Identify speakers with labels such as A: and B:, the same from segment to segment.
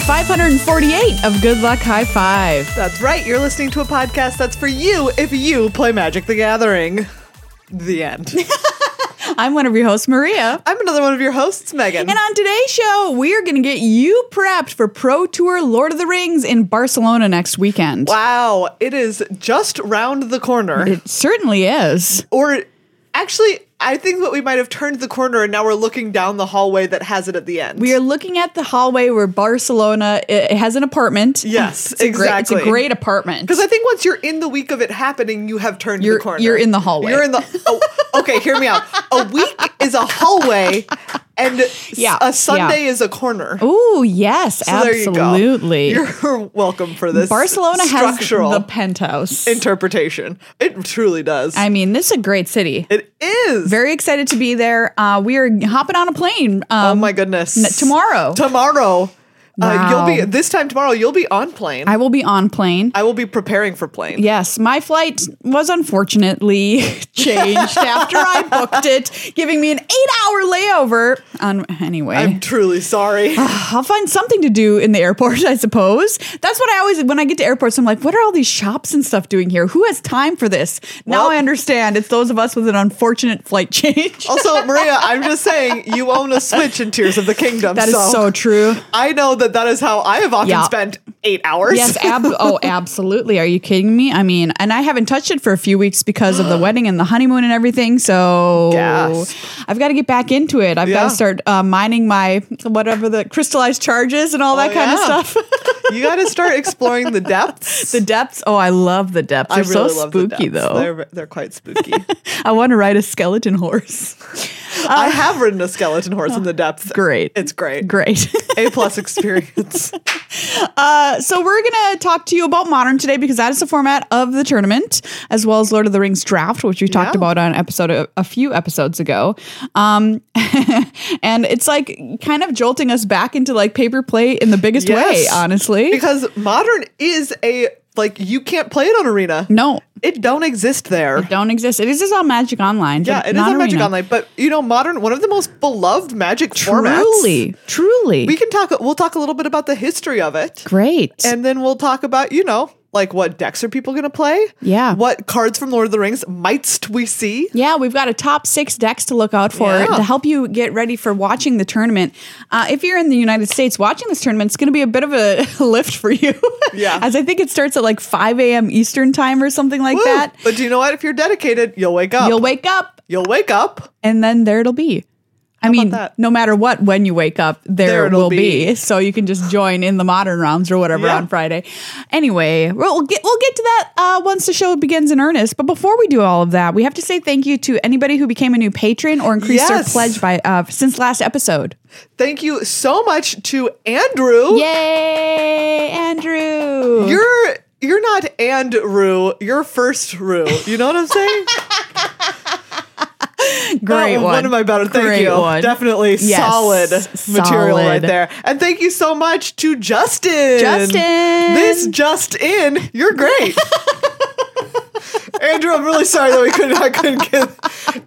A: 548 of Good Luck High Five.
B: That's right. You're listening to a podcast that's for you if you play Magic the Gathering. The end.
A: I'm one of your hosts, Maria.
B: I'm another one of your hosts, Megan.
A: And on today's show, we're going to get you prepped for Pro Tour Lord of the Rings in Barcelona next weekend.
B: wow, it is just round the corner.
A: It certainly is.
B: or actually, I think that we might have turned the corner and now we're looking down the hallway that has it at the end.
A: We are looking at the hallway where Barcelona it it has an apartment.
B: Yes,
A: it's a Great, it's a
B: exactly.
A: great apartment.
B: Because I think once you're in the week of it happening, you have turned
A: You're-
B: the corner.
A: you're in the hallway.
B: You're in the. Oh, okay, hear me out. A week is a hallway, and s-
A: Yeah, yeah.
B: a Sunday is a corner.
A: Oh yes,
B: So
A: absolutely.
B: There you go. You're welcome for this.
A: Barcelona has
B: structural
A: the penthouse.
B: interpretation. It truly does.
A: I mean, this is a great city.
B: it is.
A: Very excited to be there. Uh, we are hopping on a plane. Um,
B: oh my goodness.
A: n- tomorrow.
B: Tomorrow.
A: Wow.
B: Uh, you'll be this time tomorrow. You'll be on plane. I,
A: I will be on plane.
B: will be preparing for plane.
A: Yes, my flight was unfortunately changed after I booked it, giving me an eight-hour layover. On anyway,
B: I'm truly sorry.
A: I'll find something to do in the airport, I suppose. That's what I always when I get to airports, I'm like, what are all these shops and stuff doing here? Who has time for this? now
B: Well-
A: I understand. It's those of us with an unfortunate flight change.
B: also, Maria, I'm just saying you own a switch in Tears of the Kingdom.
A: That is
B: so,
A: so true.
B: I know that that is how I have often
A: Yeah.
B: spent eight hours.
A: Yes, ab- oh, absolutely. Are you kidding me? I mean, and I haven't touched it for a few weeks because of the wedding and the honeymoon and everything. So
B: Gasp.
A: I've got to get back into it. I've got
B: Yeah.
A: to start uh, mining my whatever the crystallized charges and all that
B: Oh,
A: kind
B: yeah.
A: of stuff.
B: you got to start exploring the depths.
A: the depths. Oh, I love the depths. They're so spooky,
B: depths.
A: though.
B: They're, they're quite spooky.
A: I want to ride a skeleton horse. Uh,
B: I have ridden a skeleton horse in the depths.
A: Great.
B: It's great.
A: Great.
B: A plus experience.
A: Uh, so we're going to talk to you about modern today because that is the format of the tournament, as well as Lord of the Rings draft, which we talked
B: Yeah.
A: about on an episode a, a few episodes ago. Um, and it's like kind of jolting us back into like paper play in the biggest way,
B: Yes.
A: honestly.
B: because modern is a like you can't play it on arena.
A: no,
B: It don't exist there.
A: don't exist. It is just on Magic Online.
B: yeah,
A: but
B: it is
A: not
B: on Magic
A: Arena.
B: Online, but you know, modern one of the most beloved Magic formats.
A: Truly, truly
B: we can talk. We'll talk a little bit about the history of it,
A: great.
B: and then we'll talk about you know like what decks are people going to play?
A: Yeah.
B: what cards from Lord of the Rings mightst we see?
A: Yeah, we've got a top six decks to look out for
B: Yeah.
A: to help you get ready for watching the tournament. Uh, if you're in the United States watching this tournament, it's going to be a bit of a lift for you.
B: Yeah.
A: As I think it starts at like 5 a.m. Eastern time or something like
B: Woo!
A: that.
B: But do you know what? If you're dedicated, you'll wake up.
A: You'll wake up
B: You'll wake up.
A: and then there it'll be. I mean,
B: that?
A: no matter what, when you wake up,
B: There
A: there, it
B: it'll
A: will be.
B: be.
A: So you can just join in the modern rounds or whatever
B: Yeah.
A: on Friday. Anyway, we'll we'll get we'll get to that uh, once the show begins in earnest. But before we do all of that, we have to say thank you to anybody who became a new patron or increased
B: Yes.
A: their pledge by uh, since last episode.
B: Thank you so much to Andrew.
A: Yay, Andrew!
B: You're you're not and Rue, you're first Rue. You know what I'm saying?
A: Great
B: That was
A: one.
B: oh, of my better. Thank
A: Great
B: you.
A: one.
B: Definitely
A: Yes.
B: solid material right
A: Solid.
B: there. And thank you so much to Justin.
A: Justin.
B: This just in, you're great. Andrew, I'm really sorry that we could not couldn't get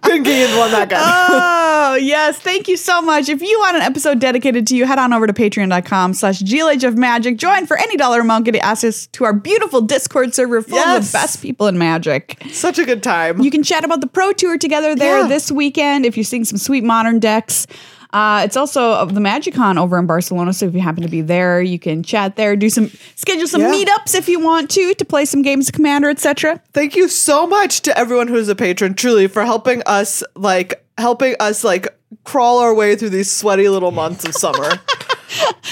B: couldn't get you the one that guy.
A: oh yes thank you so much if you want an episode dedicated to you head on over to patreon.com slash glh of magic join for any dollar amount get access to our beautiful discord server full of
B: Yes.
A: the best people in magic
B: Such a good time.
A: you can chat about the pro tour together there
B: Yeah.
A: this weekend if you're seeing some sweet modern decks uh, it's also of the Magicon over in Barcelona, so if you happen to be there, you can chat there, do some schedule some
B: Yeah.
A: meetups if you want to to play some games, of Commander, etc.
B: thank you so much to everyone who's a patron truly for helping us like helping us like crawl our way through these sweaty little months of summer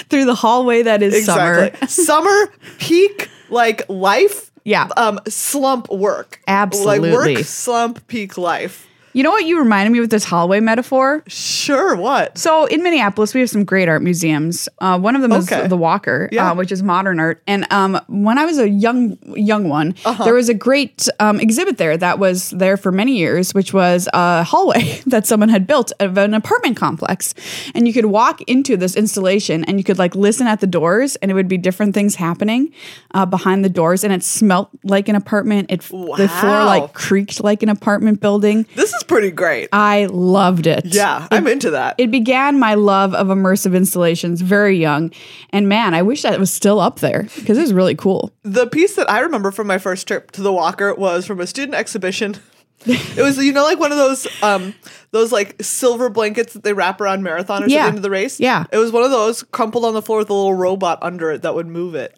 A: Through the hallway that is summer,
B: exactly summer peak like life
A: Yeah.
B: um slump work like
A: Absolutely.
B: work slump peak life
A: you know what you reminded me with this hallway metaphor?
B: sure what
A: So in Minneapolis, we have some great art museums. Uh, one of them
B: Okay.
A: is the Walker,
B: Yeah.
A: uh, which is modern art. And um, when I was a young young one,
B: Uh-huh.
A: there was a great um, exhibit there that was there for many years, which was a hallway that someone had built of an apartment complex, and you could walk into this installation and you could like listen at the doors, and it would be different things happening uh, behind the doors, and it smelt like an apartment. It f- the floor
B: Wow.
A: like creaked like an apartment building.
B: this is is pretty great.
A: I loved Uh, it.
B: Yeah, I'm into that.
A: It began my love of immersive installations very young. And man, I wish that was still up there because it was really cool.
B: the piece that I remember from my first trip to the Walker was from a student exhibition. it was you know like one of those um those like silver blankets that they wrap around marathoners at
A: Yeah.
B: the end of the race.
A: Yeah.
B: It was one of those crumpled on the floor with a little robot under it that would move it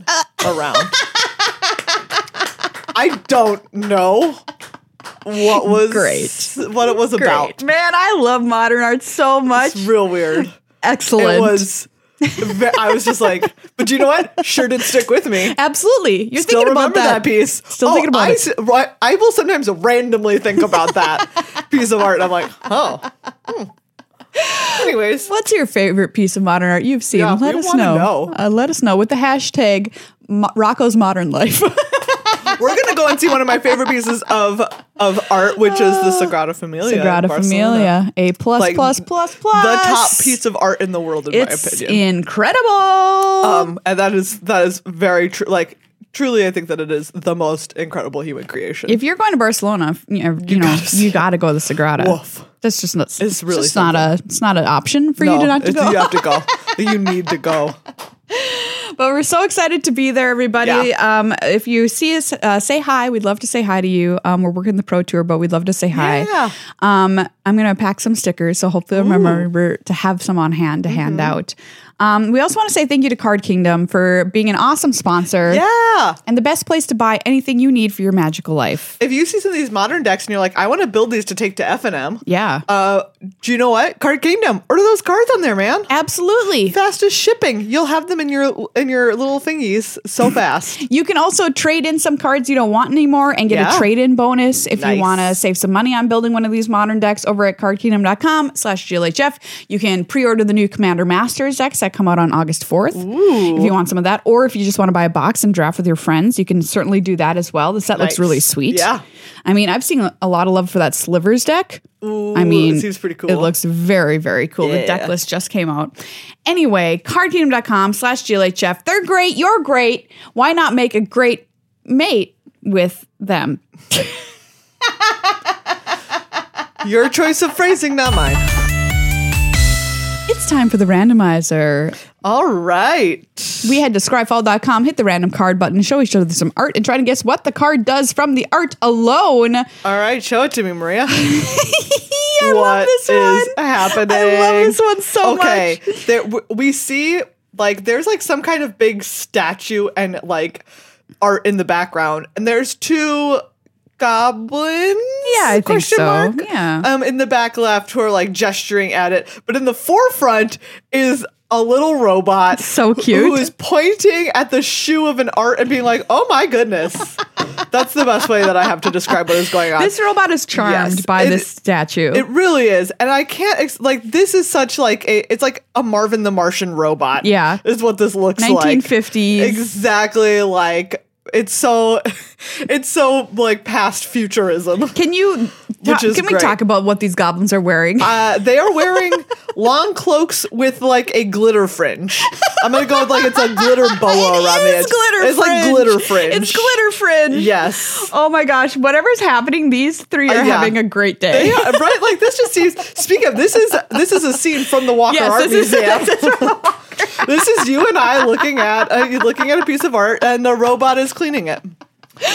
B: around. I don't know what was
A: Great.
B: what it was about.
A: Man, I love modern art so much.
B: It's real weird.
A: Excellent.
B: It was ve- I was just like, but you know what? Sure did stick with me.
A: Absolutely. You're
B: Still
A: thinking about
B: remember
A: that.
B: that. piece. Oh,
A: Still thinking about
B: I,
A: it.
B: s- ri- I will sometimes randomly think about that piece of art. And I'm like, oh. hmm. Anyways,
A: What's your favorite piece of modern art you've seen?
B: Yeah,
A: let
B: we
A: us
B: wanna
A: know.
B: know.
A: Uh, let us know with the hashtag Mo- Rocco's Modern Life.
B: we're gonna go and see one of my favorite pieces of of art, which is the Sagrada Familia. in
A: Sagrada
B: Barcelona.
A: Familia. A plus
B: Like,
A: plus plus
B: the
A: plus.
B: top piece of art in the world, in
A: It's
B: my opinion.
A: incredible.
B: um, and that is that is very true. Like, truly, I think that it is the most incredible human creation.
A: if you're going to Barcelona, f- you know, you, know, you got to go to the Sagrada.
B: Woof.
A: That's just not. It's
B: really
A: just not a. It's not an option for you to not to
B: it's-
A: go.
B: you have to go. you need to go.
A: But we're so excited to be there, everybody.
B: Yeah.
A: Um, if you see us, uh, say hi. We'd love to say hi to you. Um, we're working the pro tour, but we'd love to say hi.
B: Yeah.
A: Um, I'm gonna pack some stickers, so hopefully I'll remember to have some on hand to hand
B: Mm-hmm.
A: out. Um, we also want to say thank you to Card Kingdom for being an awesome sponsor
B: Yeah.
A: and the best place to buy anything you need for your magical life.
B: if you see some of these modern decks and you're like, I want to build these to take to F and M,
A: Yeah,
B: uh, do you know what? Card Kingdom. Order those cards on there, man.
A: absolutely.
B: Fastest shipping. You'll have them in your in your little thingies so fast.
A: You can also trade in some cards you don't want anymore and get a
B: Yeah.
A: trade-in bonus if you
B: Nice.
A: want to save some money on building one of these modern decks over at cardkingdom.com slash GLHF. You can pre-order the new Commander Masters decks that come out on August 4th if you want some of that. Or if you just want to buy a box and draft with your friends, you can certainly do that as well. The set looks
B: Nice.
A: really sweet.
B: Yeah.
A: I mean, I've seen a lot of love for that Slivers deck. I
B: it
A: mean,
B: seems pretty cool.
A: It looks very, very cool. The deck
B: Yeah.
A: list just came out. Anyway, cardkingdom.com slash GLHF. They're great. You're great. Why not make a great mate with them?
B: your choice of phrasing, not mine.
A: It's time for the randomizer.
B: All right.
A: We head to scryfall.com, hit the random card button, show each other some art, and try to guess what the card does from the art alone.
B: All right. Show it to me, Maria.
A: I love
B: What
A: this
B: is
A: one.
B: happening?
A: I love this one so
B: okay.
A: much.
B: There, w- we see like there's like some kind of big statue and like art in the background, and there's two goblins.
A: Yeah, I think
B: question
A: so.
B: mark,
A: Yeah.
B: Um, in the back left, who are like gesturing at it, but in the forefront is a little robot.
A: So
B: Who
A: cute.
B: is pointing at the shoe of an art and being like, "Oh my goodness." That's the best way that I have to describe what is going on.
A: This robot is charmed
B: Yes,
A: by
B: it-
A: this statue.
B: It really is, and I can't ex- like this is such like a it's like a Marvin the Martian robot.
A: Yeah.
B: is what this looks like.
A: 1950s.
B: Exactly, like it's so it's so like past futurism.
A: Can you? ta-
B: Which is
A: can we
B: great.
A: talk about what these goblins are wearing?
B: Uh, they are wearing long cloaks with like a glitter fringe. I'm gonna go with like it's a glitter boa
A: It
B: around the
A: is
B: edge.
A: glitter
B: it's
A: fringe.
B: like glitter fringe.
A: It's glitter fringe.
B: Yes.
A: Oh my gosh! Whatever's happening, these three are
B: Uh, yeah.
A: having a great day.
B: Yeah, right. Like this just seems. Speak of this is this is a scene from the Walker
A: Yes,
B: Art
A: this is-
B: Museum. this is you and I looking at uh, looking at a piece of art, and a robot is cleaning it.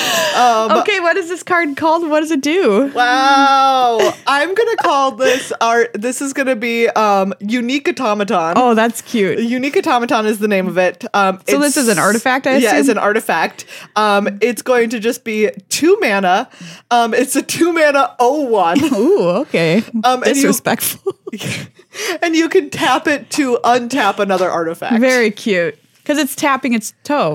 A: okay, what is this card called? What does it do?
B: Wow! I'm gonna call this art. This is gonna be um, unique automaton.
A: Oh, that's cute.
B: Unique Automaton is the name of it. Um, so
A: this is an artifact, I
B: yeah, it's
A: assume?
B: an artifact. Um, it's going to just be two mana. Um, it's a two mana O one.
A: Ooh, okay.
B: Um, and you-
A: Disrespectful.
B: and you can tap it to untap another artifact.
A: Very cute. Because it's tapping its toe on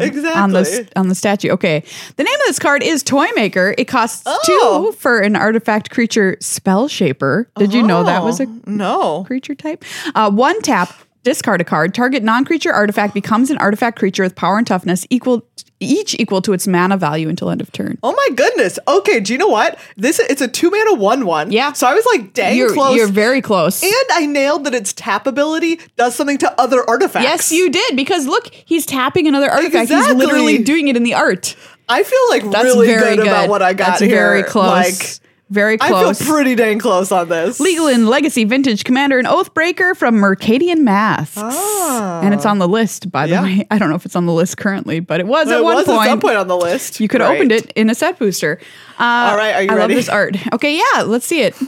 A: the s-
B: Exactly.
A: on the statue. Okay, the name of this card is Toy Maker. It costs
B: Oh.
A: two for an artifact creature spell shaper. Did you know that was a
B: Oh, no?
A: creature type. Uh, one tap, discard a card. Target non-creature artifact becomes an artifact creature with power and toughness equal each equal to its mana value until end of turn.
B: Oh my goodness. Okay, do you know what? This it's a two mana one one.
A: Yeah.
B: So I was like, dang
A: you're
B: close.
A: you're very close.
B: and I nailed that its tap ability does something to other artifacts.
A: yes, you did because look, he's tapping another artifact. He's
B: Exactly.
A: literally doing it in the art.
B: I feel like
A: That's
B: really
A: very
B: good,
A: good.
B: about what I got
A: That's
B: here.
A: very close.
B: Like
A: Very
B: I
A: close.
B: feel pretty dang close on this.
A: Legal and Legacy Vintage Commander and Oathbreaker from Mercadian Masks. And it's on the list, by the
B: Ah. Yeah.
A: way. I don't know if it's on the list currently, but it was
B: It
A: at one
B: was
A: point.
B: at some point on the list.
A: You could have
B: Right.
A: opened it in a set booster. Uh, All
B: right, are you
A: I love
B: ready?
A: this art. Okay, yeah, let's see it.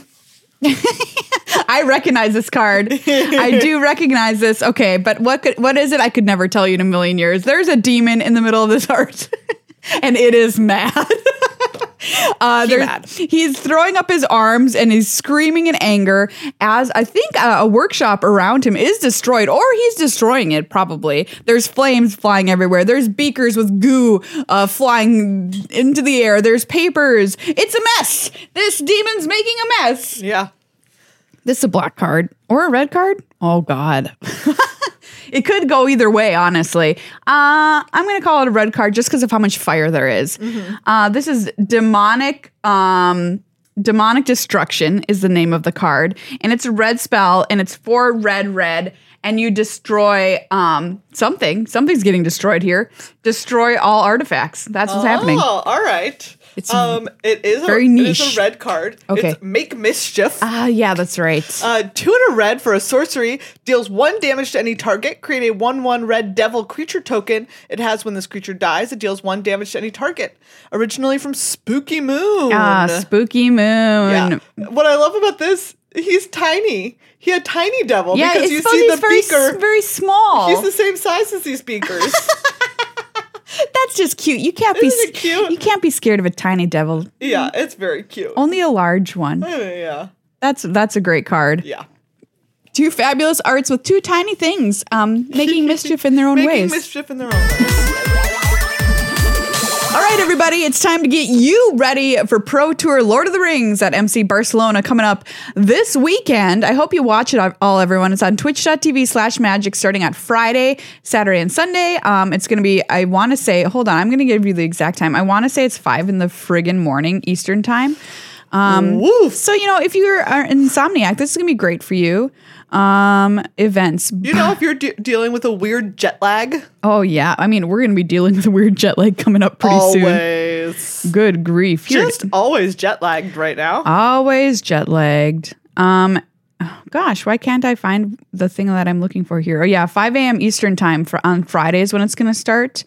A: I recognize this card. I do recognize this. Okay, but what could, what is it? I could never tell you in a million years. There's a demon in the middle of this art, and it is mad. Uh, there-
B: mad.
A: He's throwing up his arms and he's screaming in anger as I think uh, a workshop around him is destroyed or he's destroying it probably. There's flames flying everywhere. There's beakers with goo uh, flying into the air. There's papers. It's a mess. This demon's making a mess.
B: Yeah.
A: This is a black card or a red card. Oh, God. it could go either way, honestly. Uh, I'm going to call it a red card just because of how much fire there is.
B: Mm-hmm.
A: Uh, this is demonic. Um, demonic destruction is the name of the card, and it's a red spell, and it's four red red, and you destroy um, something. Something's getting destroyed here. Destroy all artifacts. That's what's happening.
B: Oh, all right.
A: It's
B: um, it is a,
A: very
B: It is
A: niche.
B: a red card.
A: Okay.
B: It's make mischief.
A: Ah, yeah, that's right.
B: Uh, two and a red for a sorcery deals one damage to any target. Create a one-one red devil creature token. It has when this creature dies. It deals one damage to any target. Originally from Spooky Moon.
A: Ah, spooky moon.
B: uh, Yeah. What I love about this, he's tiny. He a tiny devil
A: Yeah,
B: because
A: it's
B: you
A: funny.
B: see the
A: he's very,
B: beaker.
A: s- very small.
B: He's the same size as these beakers.
A: That's just cute. You can't be
B: Isn't it
A: s-
B: cute?
A: You can't be scared of a tiny devil.
B: yeah, it's very cute.
A: Only a large one.
B: Yeah,
A: That's that's a great card.
B: yeah.
A: Two fabulous arts with two tiny things, um, making mischief in their own
B: Making
A: ways.
B: mischief in their own ways.
A: All right, everybody, it's time to get you ready for Pro Tour Lord of the Rings at MC Barcelona coming up this weekend. I hope you watch it uh, all, everyone. It's on twitch.tv slash magic starting on Friday, Saturday, and Sunday. Um, it's going to be, I want to say, hold on, I'm going to give you the exact time. I want to say it's five in the friggin' morning Eastern time. Um,
B: Woof.
A: so, you know, if you're an insomniac, this is going to be great for you. Um, events.
B: You know, if you're de- dealing with a weird jet lag,
A: Oh, yeah. I mean, we're going to be dealing with a weird jet lag coming up pretty soon.
B: always,
A: Good grief. You're-
B: just always jet lagged right now.
A: Uh, always jet lagged. Um, oh, gosh, why can't I find the thing that I'm looking for here? Oh yeah, 5 a.m. Eastern time for on Fridays when it's going to start.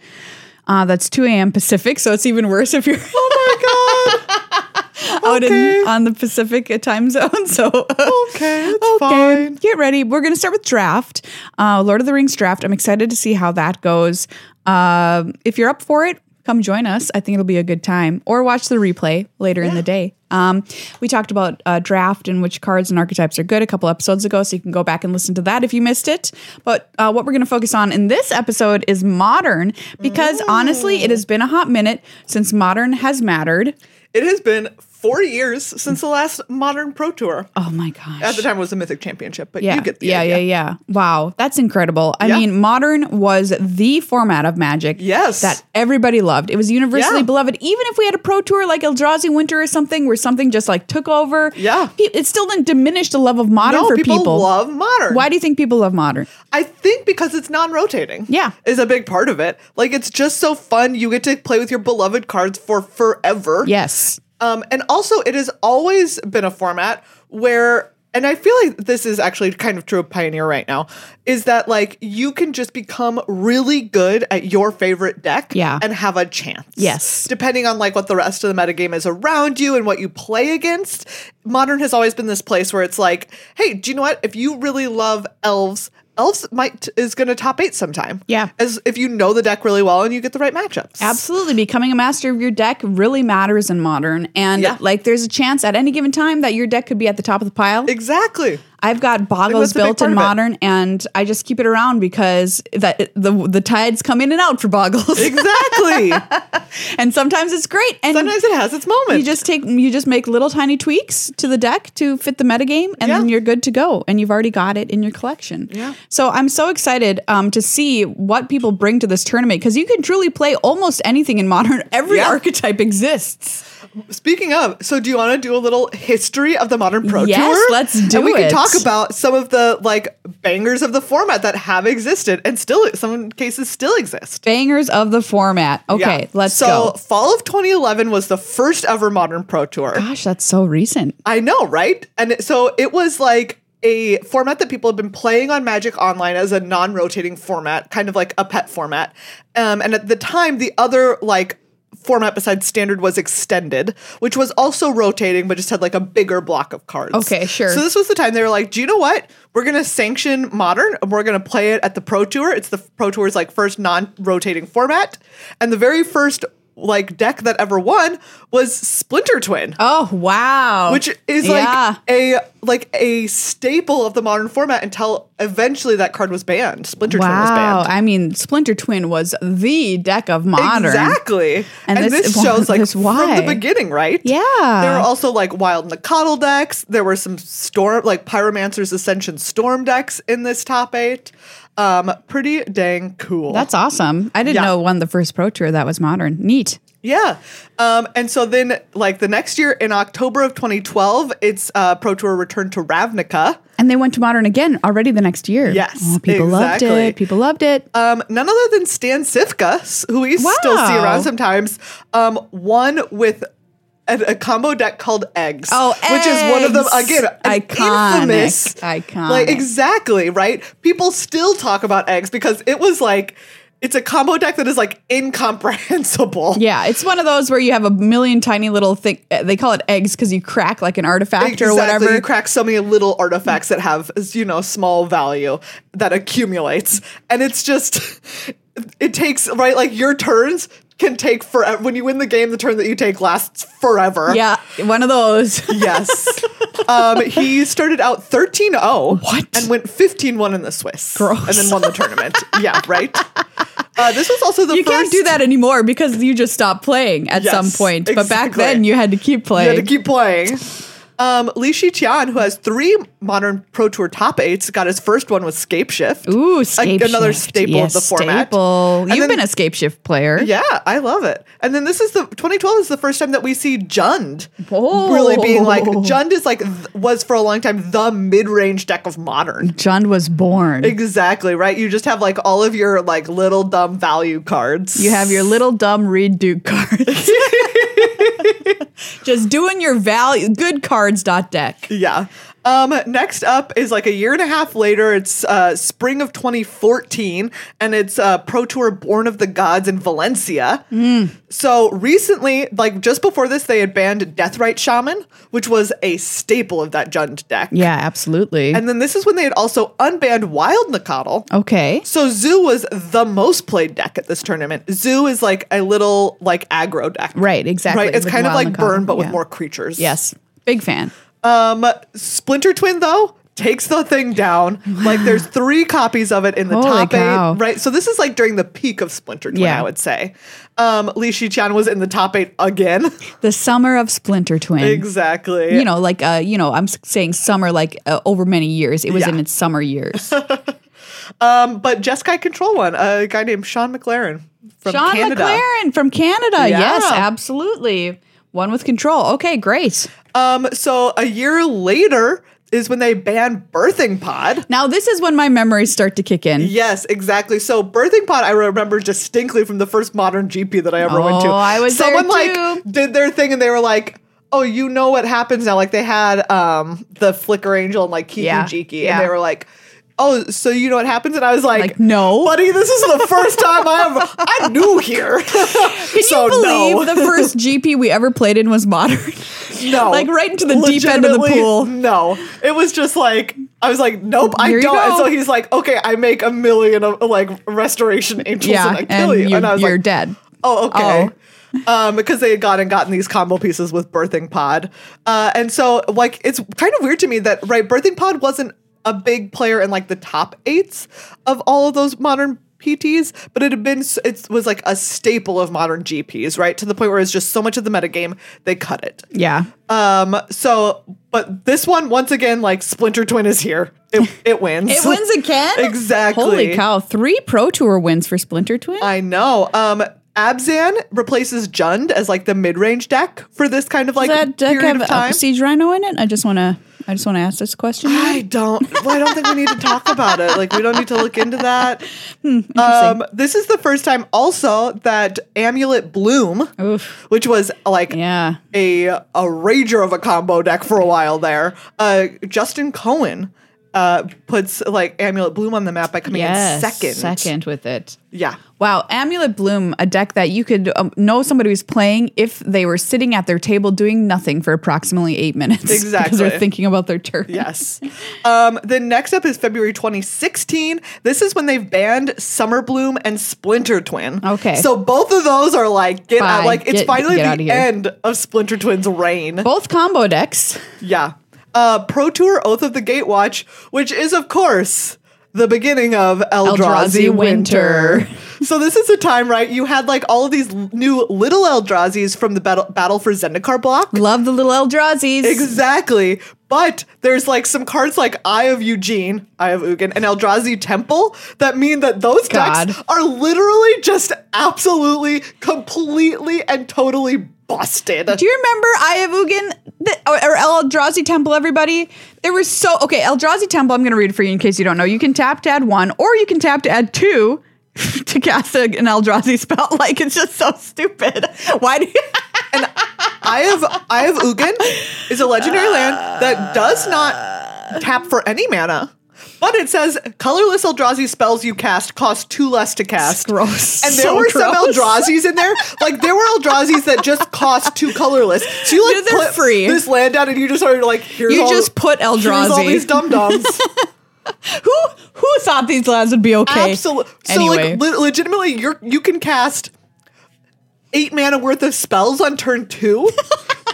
A: Uh, that's 2 a.m. Pacific, so it's even worse if you're oh my god out
B: Okay.
A: in on the Pacific time zone. So
B: okay, it's
A: Okay,
B: fine.
A: get ready. We're going to start with draft, uh, Lord of the Rings draft. I'm excited to see how that goes. Um if you're up for it, come join us. I think it'll be a good time. Or watch the replay later in the day. Um, we talked about uh, draft and which cards and archetypes are good a couple episodes ago, so you can go back and listen to that if you missed it. But uh, what we're going to focus on in this episode is modern, because honestly, it has been a hot minute since modern has mattered.
B: It has been four years since the last modern pro tour.
A: Oh my gosh.
B: At the time, it was the Mythic Championship, but
A: Yeah.
B: you get the
A: yeah,
B: idea.
A: yeah, yeah. Wow. That's incredible. I
B: Yeah.
A: mean, modern was the format of magic
B: Yes.
A: that everybody loved. It was universally
B: Yeah.
A: beloved. Even if we had a pro tour like Eldrazi Winter or something where something just like took over.
B: Yeah.
A: pe- It still didn't diminish the love of modern
B: No,
A: for
B: people,
A: people.
B: love modern.
A: Why do you think people love modern?
B: I think because it's non-rotating.
A: Yeah.
B: is a big part of it. Like it's just so fun. You get to play with your beloved cards for forever.
A: Yes.
B: Um, and also, it has always been a format where, and I feel like this is actually kind of true of Pioneer right now, is that like you can just become really good at your favorite deck
A: Yeah.
B: and have a chance.
A: Yes.
B: Depending on like what the rest of the metagame is around you and what you play against. Modern has always been this place where it's like, hey, do you know what? If you really love elves, Elves might is going to top eight sometime.
A: Yeah.
B: as if you know the deck really well and you get the right matchups.
A: Absolutely. Becoming a master of your deck really matters in modern. And
B: Yeah.
A: like there's a chance at any given time that your deck could be at the top of the pile.
B: Exactly.
A: I've got
B: that's
A: bogos
B: a big
A: built
B: part
A: in
B: of it.
A: modern, and I just keep it around because that the the tides come in and out for bogos,
B: Exactly.
A: and sometimes it's great, and
B: Sometimes it has its moment.
A: you just take you just make little tiny tweaks to the deck to fit the metagame, and then
B: Yeah.
A: you're good to go, and you've already got it in your collection.
B: Yeah.
A: So I'm so excited um, to see what people bring to this tournament because you can truly play almost anything in modern. Every
B: Yeah.
A: archetype exists.
B: Speaking of, so do you want to do a little history of the modern pro
A: Yes,
B: tour?
A: let's do
B: and We
A: it.
B: can talk about some of the like bangers of the format that have existed and still, some cases still exist.
A: Bangers of the format. Okay,
B: Yeah.
A: let's
B: so,
A: go.
B: fall of 2011 was the first ever modern pro tour.
A: Gosh, that's so recent.
B: I know, right? And it- so it was like a format that people had been playing on Magic Online as a non-rotating format, kind of like a pet format. Um, and at the time, the other like format besides standard was extended, which was also rotating, but just had like a bigger block of cards.
A: Okay, sure.
B: So this was the time they were like, "Do you know what? We're gonna sanction modern, and we're gonna play it at the Pro Tour. It's the Pro Tour's like first non-rotating format, and the very first." Like deck that ever won was Splinter Twin
A: Oh wow.
B: which is
A: Yeah.
B: like a like a staple of the modern format until eventually that card was banned. Splinter Twin was
A: wow.
B: banned.
A: I mean, Splinter Twin was the deck of modern.
B: Exactly.
A: And
B: And,
A: this-
B: this, shows like
A: this why.
B: from the beginning, right?
A: Yeah.
B: There were also like wild Nacatl decks. There were some storm like Pyromancer's Ascension Storm decks in this top eight. Um, pretty dang cool.
A: That's awesome. I didn't
B: Yeah.
A: know one the first pro tour that was modern. Neat.
B: Yeah. Um, and so then like the next year in October of 2012, it's uh, Pro Tour returned to Ravnica.
A: And they went to modern again already the next year.
B: Yes,
A: Oh, people loved
B: exactly.
A: it. People loved it.
B: Um, none other than Stan Sifka, s- who we still see
A: Wow.
B: around sometimes, um, one with a, a combo deck called Eggs.
A: Oh,
B: Which is one of them,
A: Eggs.
B: again, an
A: Iconic,
B: infamous.
A: iconic.
B: Like, exactly, right? People still talk about Eggs because it was like, it's a combo deck that is like incomprehensible.
A: yeah, it's one of those where you have a million tiny little thing. They call it eggs because you crack like an artifact
B: Exactly.
A: or whatever.
B: You crack so many little artifacts that have, you know, small value that accumulates. And it's just, it takes, right? Like your turns can take forever. When you win the game, the turn that you take lasts forever.
A: yeah, one of those.
B: Yes. um, he started out 13 0.
A: What?
B: And went 15 1 in the Swiss.
A: Gross.
B: And then won the tournament. yeah, right? Uh, this was also the
A: you
B: first.
A: can't do that anymore because you just stopped playing at
B: Yes,
A: some point. But back
B: exactly.
A: then, you had to keep
B: You
A: playing.
B: had to keep playing. Um, Li Shi Tian, who has three modern Pro Tour top eights, got his first one with Scape Shift.
A: Ooh,
B: Like,
A: scape
B: another
A: shift.
B: staple
A: Yes,
B: of the format.
A: Staple.
B: And
A: You've
B: then-
A: been a scape shift player.
B: yeah, I love it. And then this is the 2012 is the first time that we see Jund
A: Whoa.
B: really being like Jund is like th- was for a long time the mid range deck of modern.
A: John was born.
B: Exactly right. You just have like all of your like little dumb value cards.
A: You have your little dumb Reed Duke cards. Just doing your value good cards dot deck.
B: Yeah. Um, next up is like a year and a half later. It's uh, spring of 2014, and it's uh, Pro Tour Born of the Gods in Valencia.
A: Mm.
B: So recently, like just before this, they had banned Deathrite Shaman, which was a staple of that Jund deck.
A: Yeah, absolutely.
B: And then this is when they had also unbanned Wild Nacatl.
A: okay.
B: So Zoo was the most played deck at this tournament. Zoo is like a little like aggro deck.
A: Right, exactly,
B: Right. It's
A: with
B: kind of
A: Wild
B: like
A: Nacatl,
B: burn, but with
A: yeah.
B: more creatures.
A: Yes. Big fan.
B: Um, Splinter Twin though takes the thing down. Like there's three copies of it in the
A: Holy
B: top
A: cow.
B: eight, right? So this is like during the peak of Splinter Twin,
A: Yeah.
B: I would say. Um, Li Shiqian was in the top eight again.
A: The summer of Splinter Twin.
B: exactly.
A: You know, like uh, you know, I'm s- saying summer like uh, over many years. It was
B: Yeah.
A: in its summer years.
B: Um, but Jeskai Control one, a guy named Sean McLaren from
A: Sean
B: Canada.
A: McLaren from Canada.
B: Yeah.
A: Yes, absolutely. One with control. Okay, great.
B: Um, so a year later is when they banned Birthing Pod.
A: Now this is when my memories start to kick in.
B: Yes, exactly. So birthing pod, I remember distinctly from the first modern GP that I ever went to.
A: Oh, I was there
B: someone
A: too.
B: like did their thing and they were like, "Oh, you know what happens now?" Like they had um the Flicker Angel and like Kiki
A: Yeah,
B: Jiki,
A: yeah.
B: and they were like. Oh, so you know what happens? And I was like,
A: Like, no.
B: buddy, this is the first time I ever I'm new here.
A: Can
B: so
A: you believe
B: no,
A: the first GP we ever played in was modern?
B: no,
A: like, right into the deep end of the
B: Legitimately,
A: pool.
B: No, it was just like I was like, nope, I
A: Here you
B: don't. And
A: go.
B: so he's like, okay, I make a million of like restoration angels and I kill you.
A: you,
B: And I was
A: are
B: like,
A: dead.
B: Oh, okay. Um, because they had gone and gotten these combo pieces with Birthing Pod. Uh, and so, like, it's kind of weird to me that, right, Birthing Pod wasn't a big player in, like, the top eights of all of those modern PTs, but it had been, s- it was like a staple of modern GPs, right? To the point where it's just so much of the metagame, they cut it.
A: Yeah.
B: Um, so, but this one, once again, like, Splinter Twin is here. It, it wins.
A: It wins again?
B: Exactly.
A: Holy cow. Three Pro Tour wins for Splinter Twin?
B: I know. Um, Abzan replaces Jund as like the mid-range deck for this kind of like
A: Does that deck
B: period
A: have
B: of
A: a
B: time.
A: siege rhino in it? I just want to. I just want to ask this question.
B: I don't. Well, I don't think we need to talk about it. Like, we don't need to look into that.
A: Hmm, interesting.
B: um, this is the first time, also, that Amulet Bloom,
A: Oof.
B: which was like
A: Oh. Yeah.
B: a a rager of a combo deck for a while there. Uh, Justin Cohen uh, puts like Amulet Bloom on the map by coming
A: Yes.
B: in second.
A: Second with it.
B: Yeah.
A: Wow, Amulet Bloom, a deck that you could um, know somebody who's playing if they were sitting at their table doing nothing for approximately eight minutes. Because
B: Exactly.
A: they're thinking about their turn.
B: Yes. um, then next up is February 2016. This is when they've banned Summer Bloom and Splinter Twin.
A: Okay.
B: So both of those are like get out,
A: Bye.
B: like it's
A: Get-
B: finally
A: get outta
B: the
A: here.
B: end of Splinter Twin's reign.
A: Both combo decks.
B: Yeah. Uh, Pro Tour Oath of the Gatewatch, which is, of course, the beginning of Eldrazi
A: Eldrazi
B: Winter.
A: Winter.
B: so this is a time, right? You had like all of these l- new little Eldrazis from the battle, battle for Zendikar block.
A: Love the little Eldrazi's.
B: Exactly. But there's like some cards like Eye of Eugene, Eye of Ugin, and Eldrazi Temple that mean that those decks
A: God.
B: are literally just absolutely, completely, and totally busted.
A: Do you remember Eye of Ugin the, or, or Eldrazi Temple, everybody? There was so. Okay, Eldrazi Temple, I'm going to read it for you in case you don't know. You can tap to add one, or you can tap to add two to cast a, an Eldrazi spell. Like, it's just so stupid. Why do you.
B: Eye of Eye of Ugin is a legendary land that does not tap for any mana, but it says colorless Eldrazi spells you cast cost two less to cast.
A: gross.
B: And there
A: So
B: were some
A: gross.
B: Eldrazi's in there. Like there were Eldrazi's that just cost two colorless. So you like
A: Yeah, they're
B: put
A: free.
B: this land down and you just are like, here's
A: You
B: all,
A: just put
B: here's all
A: Eldrazi.
B: these dum dums.
A: Who who thought these lads would be okay?
B: Absolutely. So
A: Anyway,
B: like le- legitimately, you're you can cast eight mana worth of spells on turn two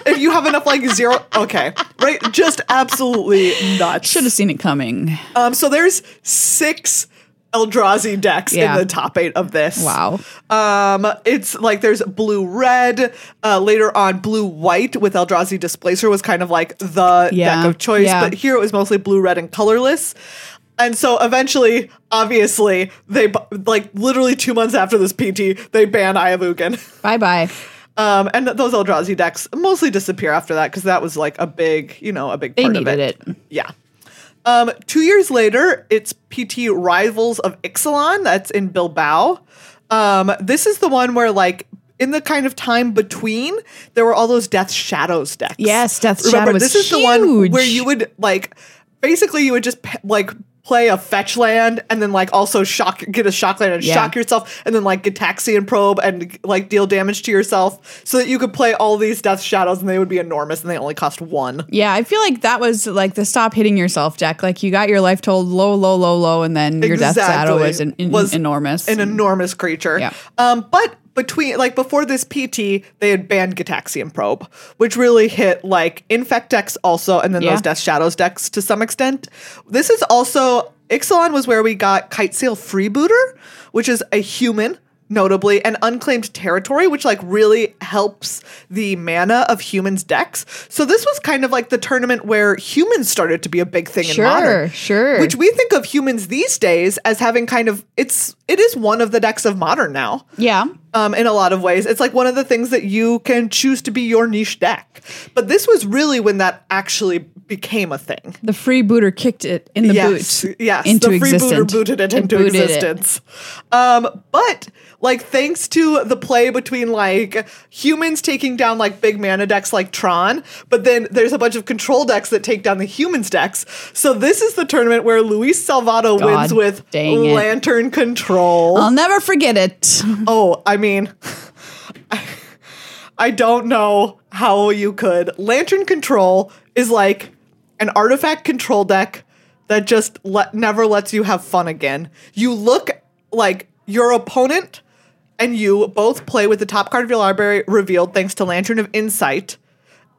B: if you have enough like zero. Okay, right? Just absolutely nuts.
A: should have seen it coming.
B: Um, so there's six Eldrazi decks
A: Yeah.
B: in the top eight of this.
A: Wow.
B: Um, it's like there's blue red. Uh, later on, blue white with Eldrazi Displacer was kind of like the
A: Yeah.
B: deck of choice,
A: Yeah.
B: but here it was mostly blue red and colorless. And so eventually, obviously, they bu- like literally two months after this PT, they ban Eye of Ugin.
A: Bye bye.
B: Um, and those Eldrazi decks mostly disappear after that because that was like a big, you know, a big
A: They
B: part of
A: needed
B: it.
A: it.
B: Yeah. Um, two years later, it's PT Rivals of Ixalan. That's in Bilbao. Um, this is the one where, like, in the kind of time between, there were all those Death Shadows decks.
A: Yes, Death
B: Remember,
A: Shadow was
B: this is the one where
A: huge.
B: you would like, basically, you would just p- like play a fetch land and then like also shock get a shock land and
A: Yeah.
B: shock yourself and then like get taxi and probe and like deal damage to yourself so that you could play all these death shadows and they would be enormous and they only cost one
A: Yeah, I feel like that was like the stop hitting yourself deck. Like you got your life told low, low, low, low, and then your death shadow
B: Exactly.
A: was, en- en-
B: Was
A: enormous.
B: an enormous creature.
A: Yeah.
B: Um, but between like before this PT, they had banned Gataxian Probe, which really hit like infect decks also, and then
A: Yeah.
B: those Death Shadows decks to some extent. This is also Ixalan was where we got Kite Seal Freebooter, which is a human. Notably, and unclaimed territory, which like really helps the mana of humans decks. So this was kind of like the tournament where humans started to be a big thing in
A: Sure,
B: modern,
A: sure.
B: which we think of humans these days as having kind of it's it is one of the decks of modern now.
A: yeah.
B: Um, in a lot of ways, it's like one of the things that you can choose to be your niche deck. But this was really when that actually became a thing.
A: The freebooter kicked it in the
B: yes,
A: boot.
B: yes,
A: Into
B: the freebooter
A: existence.
B: booted it into
A: booted it.
B: existence. Um, but like thanks to the play between like humans taking down like big mana decks like Tron, but then there's a bunch of control decks that take down the humans decks. So this is the tournament where Luis Salvato
A: God
B: wins with
A: dang it.
B: Lantern Control.
A: I'll never forget it.
B: oh, I mean. I don't know how you could. Lantern Control is like an artifact control deck that just le- never lets you have fun again. You look like your opponent and you both play with the top card of your library revealed thanks to Lantern of Insight.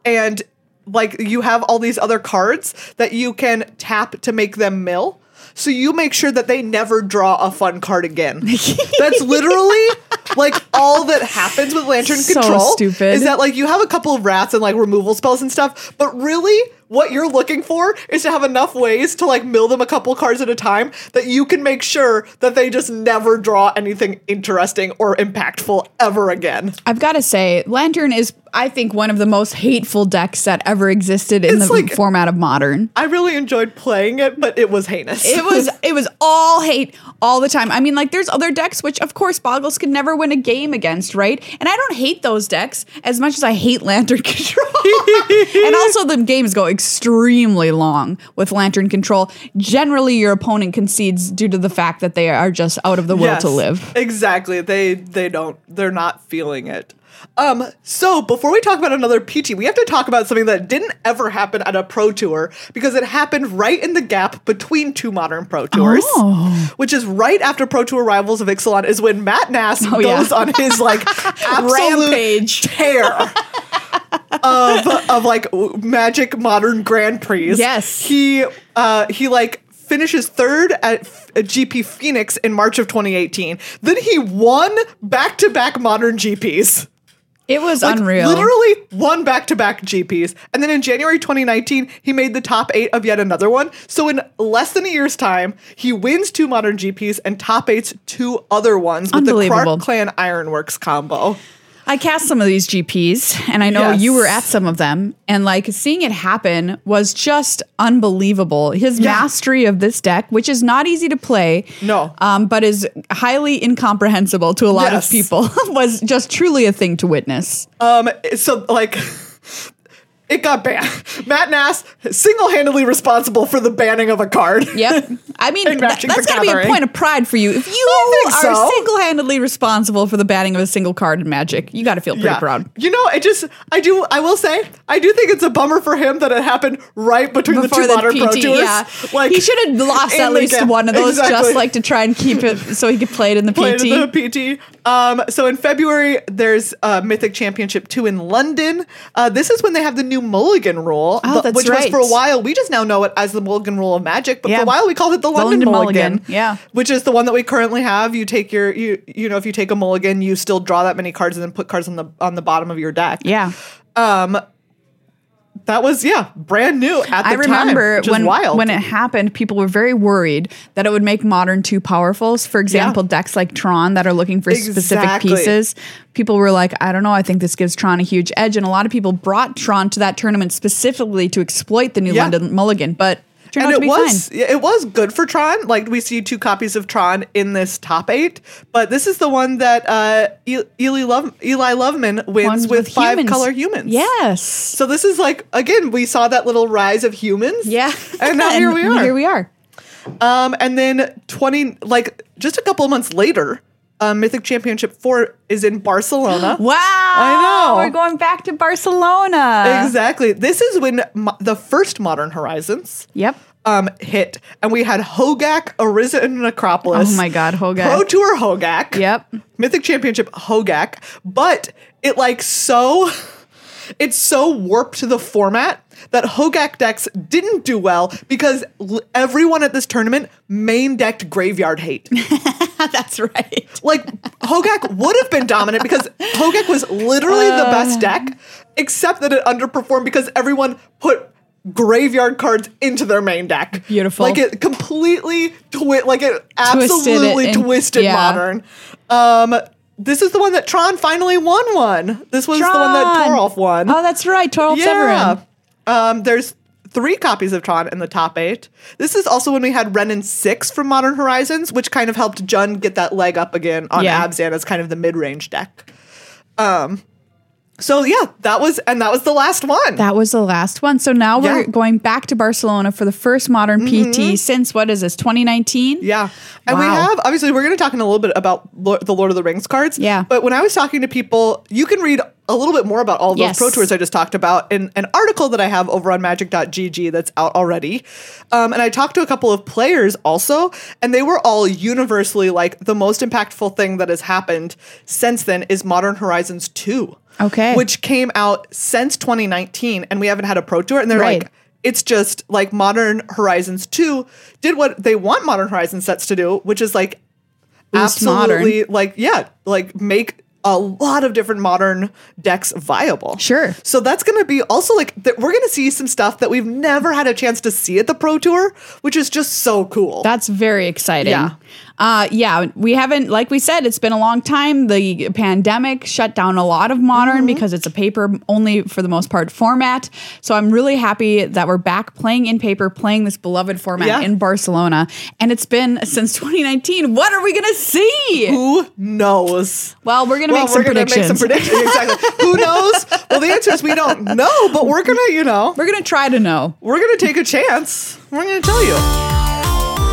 B: And like you have all these other cards that you can tap to make them mill. So you make sure that they never draw a fun card again. That's literally like all that happens with Lantern
A: So
B: Control.
A: stupid.
B: Is that like you have a couple of rats and like removal spells and stuff, but really what you're looking for is to have enough ways to like mill them a couple cards at a time that you can make sure that they just never draw anything interesting or impactful ever again.
A: I've got to say, Lantern is, I think, one of the most hateful decks that ever existed in
B: It's
A: the
B: like-
A: format of modern.
B: I really enjoyed playing it, but it was heinous.
A: It was it was all hate all the time. I mean, like there's other decks which, of course, Boggles could never win a game against, right? And I don't hate those decks as much as I hate Lantern Control. and also, the games go extremely long with Lantern Control. Generally, your opponent concedes due to the fact that they are just out of the will
B: Yes,
A: to live.
B: Exactly. They they don't they're not feeling it. Um so before we talk about another peachy, we have to talk about something that didn't ever happen at a pro tour because it happened right in the gap between two modern pro tours.
A: Oh.
B: Which is right after pro tour rivals of Ixalan is when Matt Nass
A: Oh, yeah.
B: goes on his like absolute
A: Rampage.
B: tear of of like w- Magic Modern Grand Prix.
A: Yes.
B: he uh, he like finishes third at, F- at GP Phoenix in March of 2018. Then he won back to back Modern GPs.
A: It was
B: Like,
A: unreal.
B: Literally won back to back GPs. And then in January 2019, he made the top eight of yet another one. So in less than a year's time, he wins two modern GPs and top eights two other ones with the
A: Unbelievable.
B: Clark Clan Ironworks combo.
A: I cast some of these GPs, and I know
B: Yes.
A: you were at some of them, and like seeing it happen was just unbelievable. His
B: Yeah.
A: mastery of this deck, which is not easy to play,
B: No.
A: um, but is highly incomprehensible to a lot
B: Yes.
A: of people, was just truly a thing to witness.
B: Um, so like. It got banned. Matt Nass single-handedly responsible for the banning of a card.
A: Yep, I mean
B: And
A: that,
B: matching
A: that's
B: the
A: got to be a
B: gathering.
A: point of pride for you if you
B: think
A: are
B: so.
A: single-handedly responsible for the batting of a single card in Magic. You got to feel pretty proud.
B: You know, I just I do I will say I do think it's a bummer for him that it happened right between the two modern pro tours.
A: yeah. he should have lost
B: in
A: at
B: the
A: least
B: gap.
A: one of those
B: Exactly.
A: just like to try and keep it so he could play it in the
B: played
A: PT.
B: in the PT. Um, so in February, there's uh, Mythic Championship 2 in London. Uh, this is when they have the new Mulligan rule,
A: Oh,
B: the-
A: that's
B: which was
A: right.
B: for a while, we just now know it as the Mulligan rule of magic, but for
A: Yeah.
B: a while we called it the London,
A: London
B: Mulligan,
A: Mulligan, yeah.
B: Which is the one that we currently have. You take your, you you know, if you take a Mulligan, you still draw that many cards and then put cards on the on the bottom of your deck.
A: yeah.
B: Um, that was yeah, brand new at the
A: I remember
B: time, which is
A: when
B: wild.
A: when it happened, people were very worried that it would make modern too powerful. For example, decks like Tron that are looking for specific
B: Exactly.
A: pieces. People were like, I don't know, I think this gives Tron a huge edge. And a lot of people brought Tron to that tournament specifically to exploit the new
B: Yeah.
A: London Mulligan, but turned
B: and
A: out to be
B: it was
A: fine.
B: yeah, it was good for Tron. Like we see two copies of Tron in this top eight, but this is the one that uh, E- Eli, Love- Eli Loveman wins
A: Ones
B: with, five
A: humans.
B: color humans.
A: Yes.
B: So this is like again, we saw that little rise of humans.
A: Yeah.
B: and now here we are.
A: Here we are.
B: Um, and then twenty, like just a couple of months later, uh, Mythic Championship Four is in Barcelona.
A: Wow. I
B: know.
A: We're going back to Barcelona.
B: Exactly. This is when mo- the first Modern Horizons
A: Yep.
B: um, hit, and we had Hogak, Arisen, and Necropolis.
A: Oh my God, Hogak.
B: Pro Tour Hogak.
A: Yep.
B: Mythic Championship Hogak, but it like so, it's so warped the format that Hogak decks didn't do well because l- everyone at this tournament main decked Graveyard Hate.
A: That's right.
B: Like Hogak would have been dominant because Hogak was literally the
A: Um.
B: best deck, except that it underperformed because everyone put graveyard cards into their main deck.
A: Beautiful.
B: Like it completely twi- like it
A: it
B: absolutely
A: in-
B: twisted
A: yeah.
B: modern. Um this is the one that Tron finally won one. This was the one that
A: Tron.
B: Torolf won.
A: Oh, that's right. Toral Severin.
B: Um, there's three copies of Tron in the top eight. This is also when we had Renin 6 from Modern Horizons, which kind of helped Jun get that leg up again on
A: Yeah.
B: Abzan as kind of the mid range deck. Um, so yeah, that was, and that was the last one.
A: That was the last one. So now we're
B: Yeah. Mm-hmm.
A: going back to Barcelona for the first modern PT since what is this, 2019?
B: Yeah. And we
A: Wow.
B: have, obviously, we're going to talk in a little bit about Lo- the Lord of the Rings cards.
A: Yeah.
B: But when I was talking to people, you can read a little bit more about all those
A: Yes.
B: pro tours I just talked about in an article that I have over on magic.gg that's out already. Um, and I talked to a couple of players also, and they were all universally like the most impactful thing that has happened since then is Modern Horizons 2.
A: Okay.
B: Which came out since 2019, and we haven't had a pro tour. And they're
A: Right.
B: like, it's just like Modern Horizons 2 did what they want Modern Horizon sets to do, which is like
A: Boost
B: absolutely like yeah, like make a lot of different modern decks viable.
A: Sure.
B: So that's going to be also like that we're going to see some stuff that we've never had a chance to see at the Pro Tour, which is just so cool.
A: That's very exciting.
B: Yeah.
A: Uh, yeah, we haven't, like we said, it's been a long time. The pandemic shut down a lot of modern
B: Mm-hmm.
A: because it's a paper only, for the most part, format. So I'm really happy that we're back playing in paper, playing this beloved format
B: Yeah.
A: in Barcelona. And it's been since 2019. What are we going to see?
B: Who knows?
A: Well, we're going to
B: Well,
A: make some
B: we're gonna
A: predictions.
B: make some predictions. Exactly. Who knows? Well, the answer is we don't know, but we're gonna, you know,
A: we're going to try to know.
B: we're gonna take a chance. We're gonna tell you.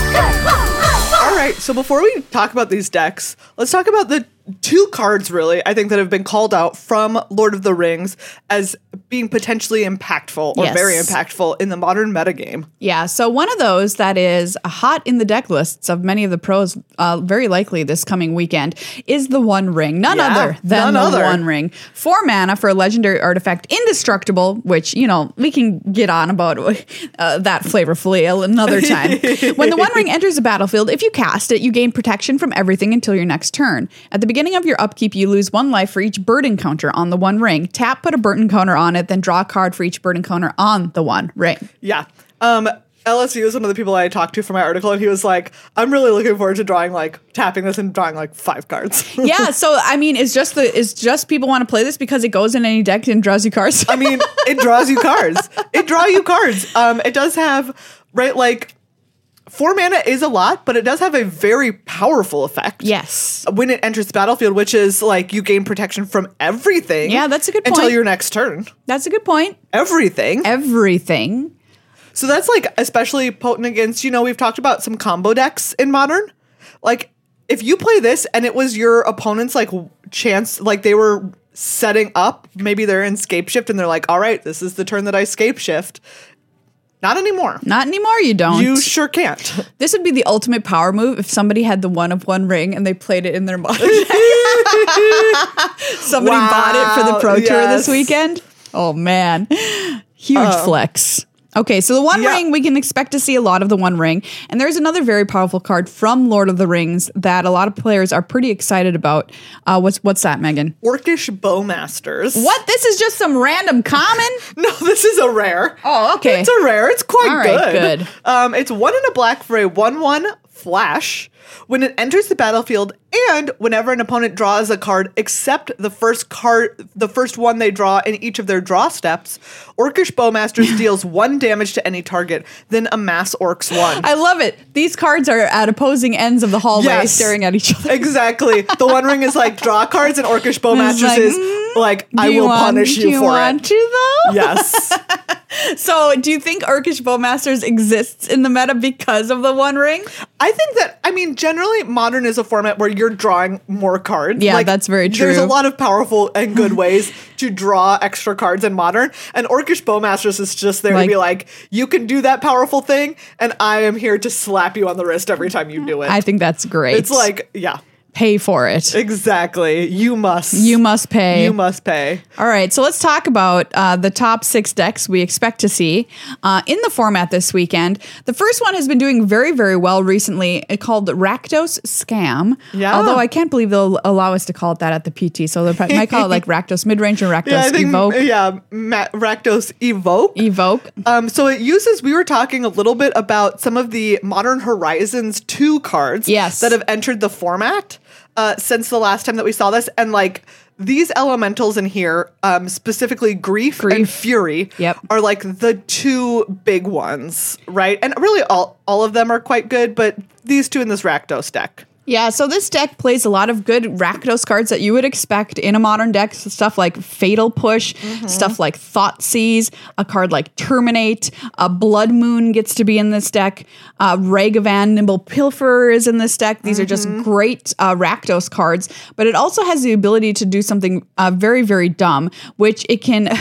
B: All right. So before we talk about these decks, let's talk about the two cards really. I think that have been called out from Lord of the Rings as being potentially impactful or
A: Yes.
B: very impactful in the modern metagame.
A: Yeah, so one of those that is hot in the deck lists of many of the pros, uh, very likely this coming weekend, is the One Ring. None
B: Yeah,
A: other than
B: none
A: the
B: other.
A: One Ring. Four mana for a legendary artifact, indestructible, which, you know, we can get on about uh, that flavorfully another time. when the One Ring enters the battlefield, if you cast it, you gain protection from everything until your next turn. At the beginning of your upkeep, you lose one life for each bird encounter on the One Ring. Tap, put a bird encounter on it, then draw a card for each bird encounter on the One Ring.
B: Yeah. Um, LSU is one of the people I talked to for my article, and he was like, I'm really looking forward to drawing, like, tapping this and drawing, like, five cards.
A: yeah, so I mean, it's just the it's just people want to play this because it goes in any deck and draws you cards.
B: I mean, it draws you cards. It draw you cards. Um, it does have, right, like, four mana is a lot, but it does have a very powerful effect.
A: yes.
B: When it enters the battlefield, which is like you gain protection from everything.
A: Yeah, that's a good
B: Until
A: point.
B: your next turn.
A: That's a good point.
B: Everything.
A: Everything.
B: So that's like especially potent against, you know, we've talked about some combo decks in modern. Like if you play this and it was your opponent's like w- chance, like they were setting up, maybe they're in scape shift and they're like, all right, this is the turn that I scape shift. Not anymore.
A: Not anymore, you don't.
B: You sure can't.
A: this would be the ultimate power move if somebody had the one of one ring and they played it in their modern deck. Somebody
B: Wow,
A: bought it for the Pro Tour
B: yes.
A: this weekend. Oh man. Huge flex. Okay, so the One
B: Yeah.
A: Ring, we can expect to see a lot of the One Ring. And there's another very powerful card from Lord of the Rings that a lot of players are pretty excited about. Uh, what's what's that, Megan?
B: Orcish Bowmasters.
A: What? This is just some random common?
B: No, this is a rare.
A: Oh, okay.
B: It's a rare. It's quite
A: All right,
B: good.
A: good.
B: Um, it's one in a black for a one-one flash. When it enters the battlefield, and whenever an opponent draws a card except the first card, the first one they draw in each of their draw steps, Orcish Bowmasters deals one damage to any target, then amass Orcs one.
A: I love it. These cards are at opposing ends of the hallway
B: Yes.
A: staring at each other.
B: exactly. The One Ring is like draw cards, and Orcish Bowmasters
A: like, "Mm,
B: is like I
A: Do you
B: will
A: want-
B: punish
A: do
B: you, for
A: want
B: it.
A: to, though?
B: Yes.
A: So, do you think Urkish Bowmasters exists in the meta because of the One Ring?
B: I think that I mean generally modern is a format where you're drawing more cards.
A: Yeah, that's very
B: There's
A: true.
B: a lot of powerful and good ways to draw extra cards in modern, and Orcish Bowmasters is just there
A: Like-
B: to be like, you can do that powerful thing, and I am here to slap you on the wrist every time you do it.
A: I think that's great.
B: it's like, yeah,
A: pay for it.
B: exactly. You must.
A: You must pay.
B: You must pay.
A: All right, so let's talk about uh, the top six decks we expect to see uh, in the format this weekend. The first one has been doing very, very well recently, uh, called Rakdos Scam.
B: Yeah.
A: Although I can't believe they'll allow us to call it that at the PT, so they probably might call it like Rakdos Midrange and Rakdos
B: Yeah, I think.
A: Evoke.
B: Yeah, Ma- Rakdos Evoke.
A: Evoke.
B: Um, so it uses. We were talking a little bit about some of the Modern Horizons two cards,
A: Yes.
B: that have entered the format uh, since the last time that we saw this, and like these elementals in here, um, specifically grief, and
A: Grief.
B: fury,
A: Yep.
B: are like the two big ones, right? And really, all all of them are quite good, but these two in this Rakdos deck.
A: Yeah, so this deck plays a lot of good Rakdos cards that you would expect in a modern deck. So stuff like Fatal Push, stuff like Thought Seize, a card like Terminate, uh, Blood Moon gets to be in this deck. Uh, Ragavan, Nimble Pilferer is in this deck. These are just great uh, Rakdos cards, but it also has the ability to do something uh, very, very dumb, which it can.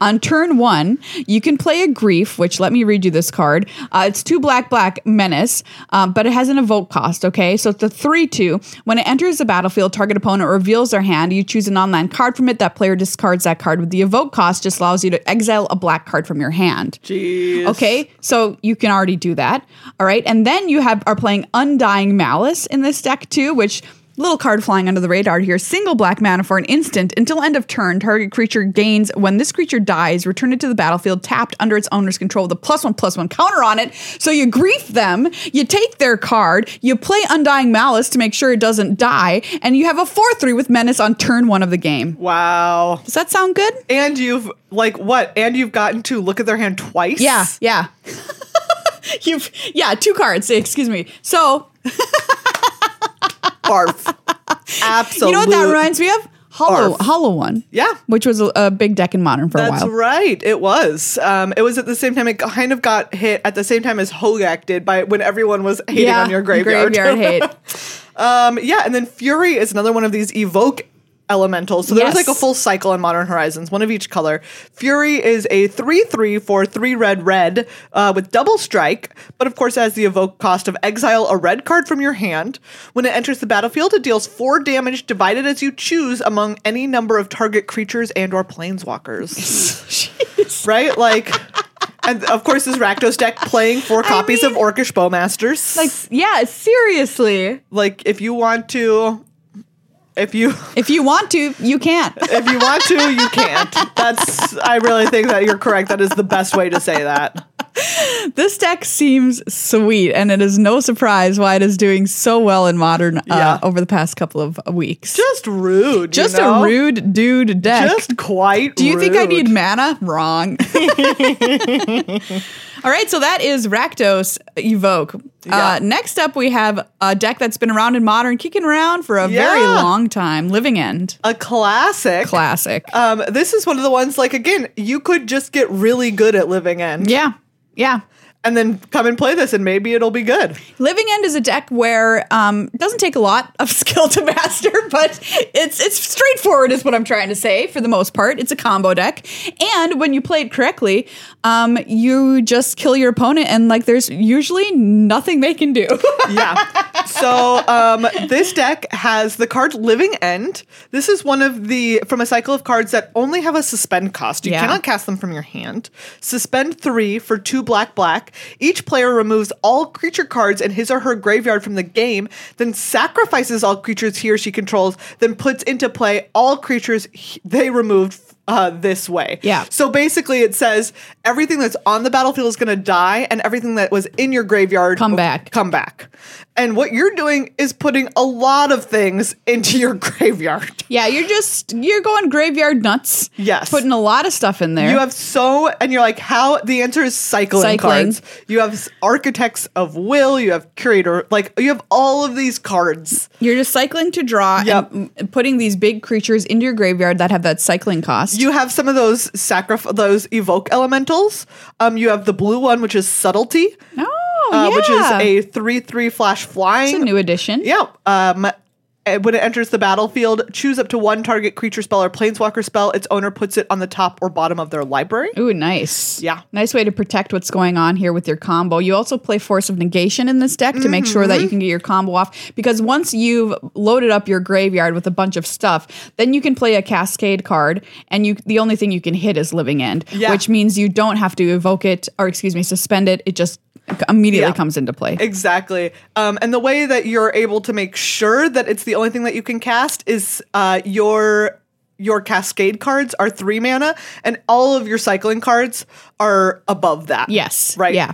A: on turn one, you can play a Grief, which let me read you this card. Uh, it's two black, black Menace, um, but it uh, has an Evoke cost, okay? Okay, so it's a 3 2. When it enters the battlefield, target opponent reveals their hand. You choose an online card from it. That player discards that card with the evoke cost, just allows you to exile a black card from your hand.
B: Jeez.
A: Okay, so you can already do that. All right, and then you have are playing Undying Malice in this deck too, which little card flying under the radar here. Single black mana for an instant until end of turn. Target creature gains when this creature dies, return it to the battlefield tapped under its owner's control with a plus one plus one counter on it. So you grief them, you take their card, you play Undying Malice to make sure it doesn't die, and you have a four three with menace on turn one of the game.
B: Wow.
A: Does that sound good?
B: And you've like what? And you've gotten to look at their hand twice.
A: Yeah, yeah. You've yeah, two cards. Excuse me. So
B: Barf. Absolutely.
A: you know what that reminds me of? Hollow
B: Arf.
A: Hollow One.
B: Yeah.
A: which was a, a big deck in Modern for
B: That's
A: a while.
B: right. It was. Um, it was at the same time. It kind of got hit at the same time as Hogak did by when everyone was hating on your graveyard.
A: graveyard hate.
B: um, yeah, and then Fury is another one of these evoke elementals. So there was
A: Yes.
B: like a full cycle in Modern Horizons, one of each color. Fury is a three three for three red red uh, with double strike, but of course has the evoke cost of exile a red card from your hand. When it enters the battlefield, it deals four damage divided as you choose among any number of target creatures and or planeswalkers. right? Like and of course this Rakdos deck playing four copies of
A: mean-
B: Orcish Bowmasters.
A: Like, yeah, seriously.
B: like if you want to if you
A: If you want to, you can't.
B: if you want to you can't that's i really think that you're correct that is the best way to say that
A: this deck seems sweet, and it is no surprise why it is doing so well in Modern uh,
B: Yeah.
A: over the past couple of weeks. Just,
B: just rude you
A: a
B: know?
A: rude dude deck.
B: just quite
A: Do you think I need mana? Wrong. All right, so that is Rakdos Evoke.
B: Yeah.
A: Uh, next up, we have a deck that's been around in Modern, kicking around for a very
B: Yeah.
A: long time. Living End,
B: a classic
A: classic.
B: um this is one of the ones like again you could just get really good at living in
A: yeah, yeah.
B: and then come and play this and maybe it'll be good
A: Living End is a deck where um, it doesn't take a lot of skill to master, but it's it's straightforward is what I'm trying to say for the most part. It's a combo deck, and when you play it correctly, um, you just kill your opponent, and like there's usually nothing they can do.
B: yeah. So um, this deck has the card Living End. This is one of the from a cycle of cards that only have a suspend cost. You
A: Yeah.
B: cannot cast them from your hand. Suspend three for two black black. Each player removes all creature cards in his or her graveyard from the game, then sacrifices all creatures he or she controls, then puts into play all creatures he- they removed. Uh, this way.
A: Yeah.
B: So basically, it says everything that's on the battlefield is going to die, and everything that was in your graveyard
A: Come back.
B: come back. And what you're doing is putting a lot of things into your graveyard.
A: yeah, you're just you're going graveyard nuts.
B: Yes.
A: putting a lot of stuff in there.
B: You have so, and you're like, how? The answer is cycling,
A: Cycling.
B: cards. You have s- architects of will. You have curator. Like you have all of these cards.
A: you're just cycling to draw
B: Yep.
A: and mm, putting these big creatures into your graveyard that have that cycling cost.
B: You have some of those sacrif- those evoke elementals. Um, you have the blue one, which is subtlety,
A: oh,
B: uh,
A: yeah.
B: which is a three three flash flying.
A: It's a new addition.
B: Yeah. Um, uh, when it enters the battlefield, choose up to one target creature spell or planeswalker spell. Its owner puts it on the top or bottom of their library.
A: Ooh, nice.
B: Yeah.
A: Nice way to protect what's going on here with your combo. You also play Force of Negation in this deck to make sure that you
B: Mm-hmm.
A: can get your combo off. Because once you've loaded up your graveyard with a bunch of stuff, then you can play a Cascade card, and you the only thing you can hit is Living End,
B: Yeah.
A: which means you don't have to evoke it or, excuse me, suspend it. It just immediately
B: Yeah.
A: comes into play.
B: Exactly. Um, and the way that you're able to make sure that it's the only thing that you can cast is uh, your your cascade cards are three mana, and all of your cycling cards are above that.
A: yes.
B: Right.
A: Yeah.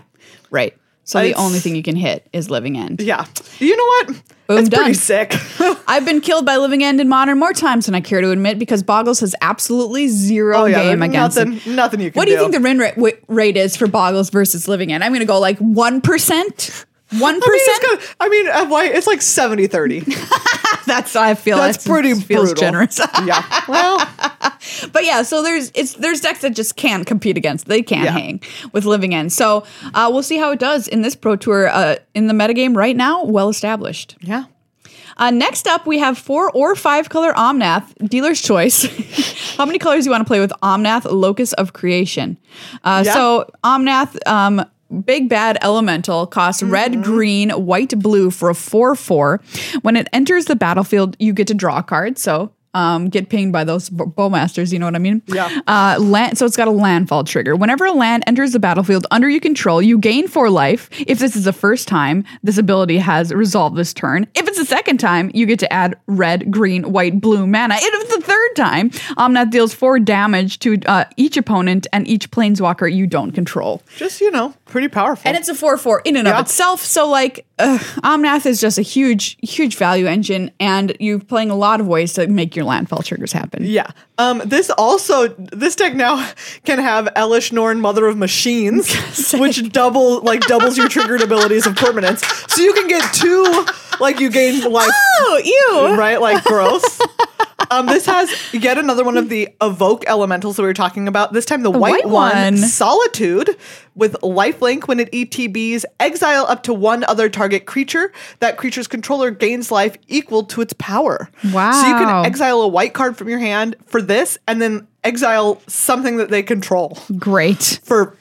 A: Right. So the
B: It's-
A: only thing you can hit is Living End.
B: Yeah. You know what?
A: Boom,
B: That's
A: done.
B: pretty sick.
A: I've been killed by Living End in Modern more times than I care to admit because Boggles has absolutely zero game
B: Oh, there's
A: against it.
B: nothing, nothing you can
A: What do you
B: do
A: think the win ra- w- rate is for Boggles versus Living End? I'm going to go like 1%. One
B: I mean, it's
A: percent.
B: gonna- I mean, uh, why? It's like 70 30.
A: That's I feel
B: That's
A: that
B: pretty
A: feels
B: brutal.
A: generous.
B: yeah. Well,
A: but yeah, so there's it's there's decks that just can't compete against. They can't
B: Yeah.
A: hang with Living End. So uh, we'll see how it does in this Pro Tour uh, in the metagame right now. Well established.
B: yeah.
A: Uh, next up, we have four or five color Omnath, dealer's choice. How many colors do you want to play with Omnath, Locus of Creation? Uh,
B: Yeah.
A: So, Omnath, um, Big Bad Elemental costs red, green, white, blue for a 4 4. When it enters the battlefield, you get to draw a card. So um, get pinged by those b- bowmasters, you know what I mean?
B: Yeah.
A: Uh, land, so it's got a landfall trigger. Whenever a land enters the battlefield under your control, you gain 4 life. If this is the first time this ability has resolved this turn, if it's the second time, you get to add red, green, white, blue mana. And if it's the third time, Omnath deals 4 damage to uh, each opponent and each planeswalker you don't control.
B: Just, you know, pretty powerful.
A: And it's a 4 4 in and
B: Yeah.
A: of itself. So, like, ugh, Omnath is just a huge, huge value engine, and you're playing a lot of ways to make your landfall triggers happen.
B: yeah. Um, this also, this deck now can have Elish Norn, Mother of Machines, which double, like doubles your triggered abilities of permanence. So you can get two, like you gain life
A: Oh, ew.
B: right? Like gross. um, this has yet another one of the evoke elementals that we were talking about. This time the, white,
A: white
B: one,
A: one.
B: solitude with lifelink when it ETBs, exile up to one other target creature. That creature's controller gains life equal to its power. So you
A: Wow.
B: can exile a white card from your hand for this and then exile something that they control
A: Great.
B: for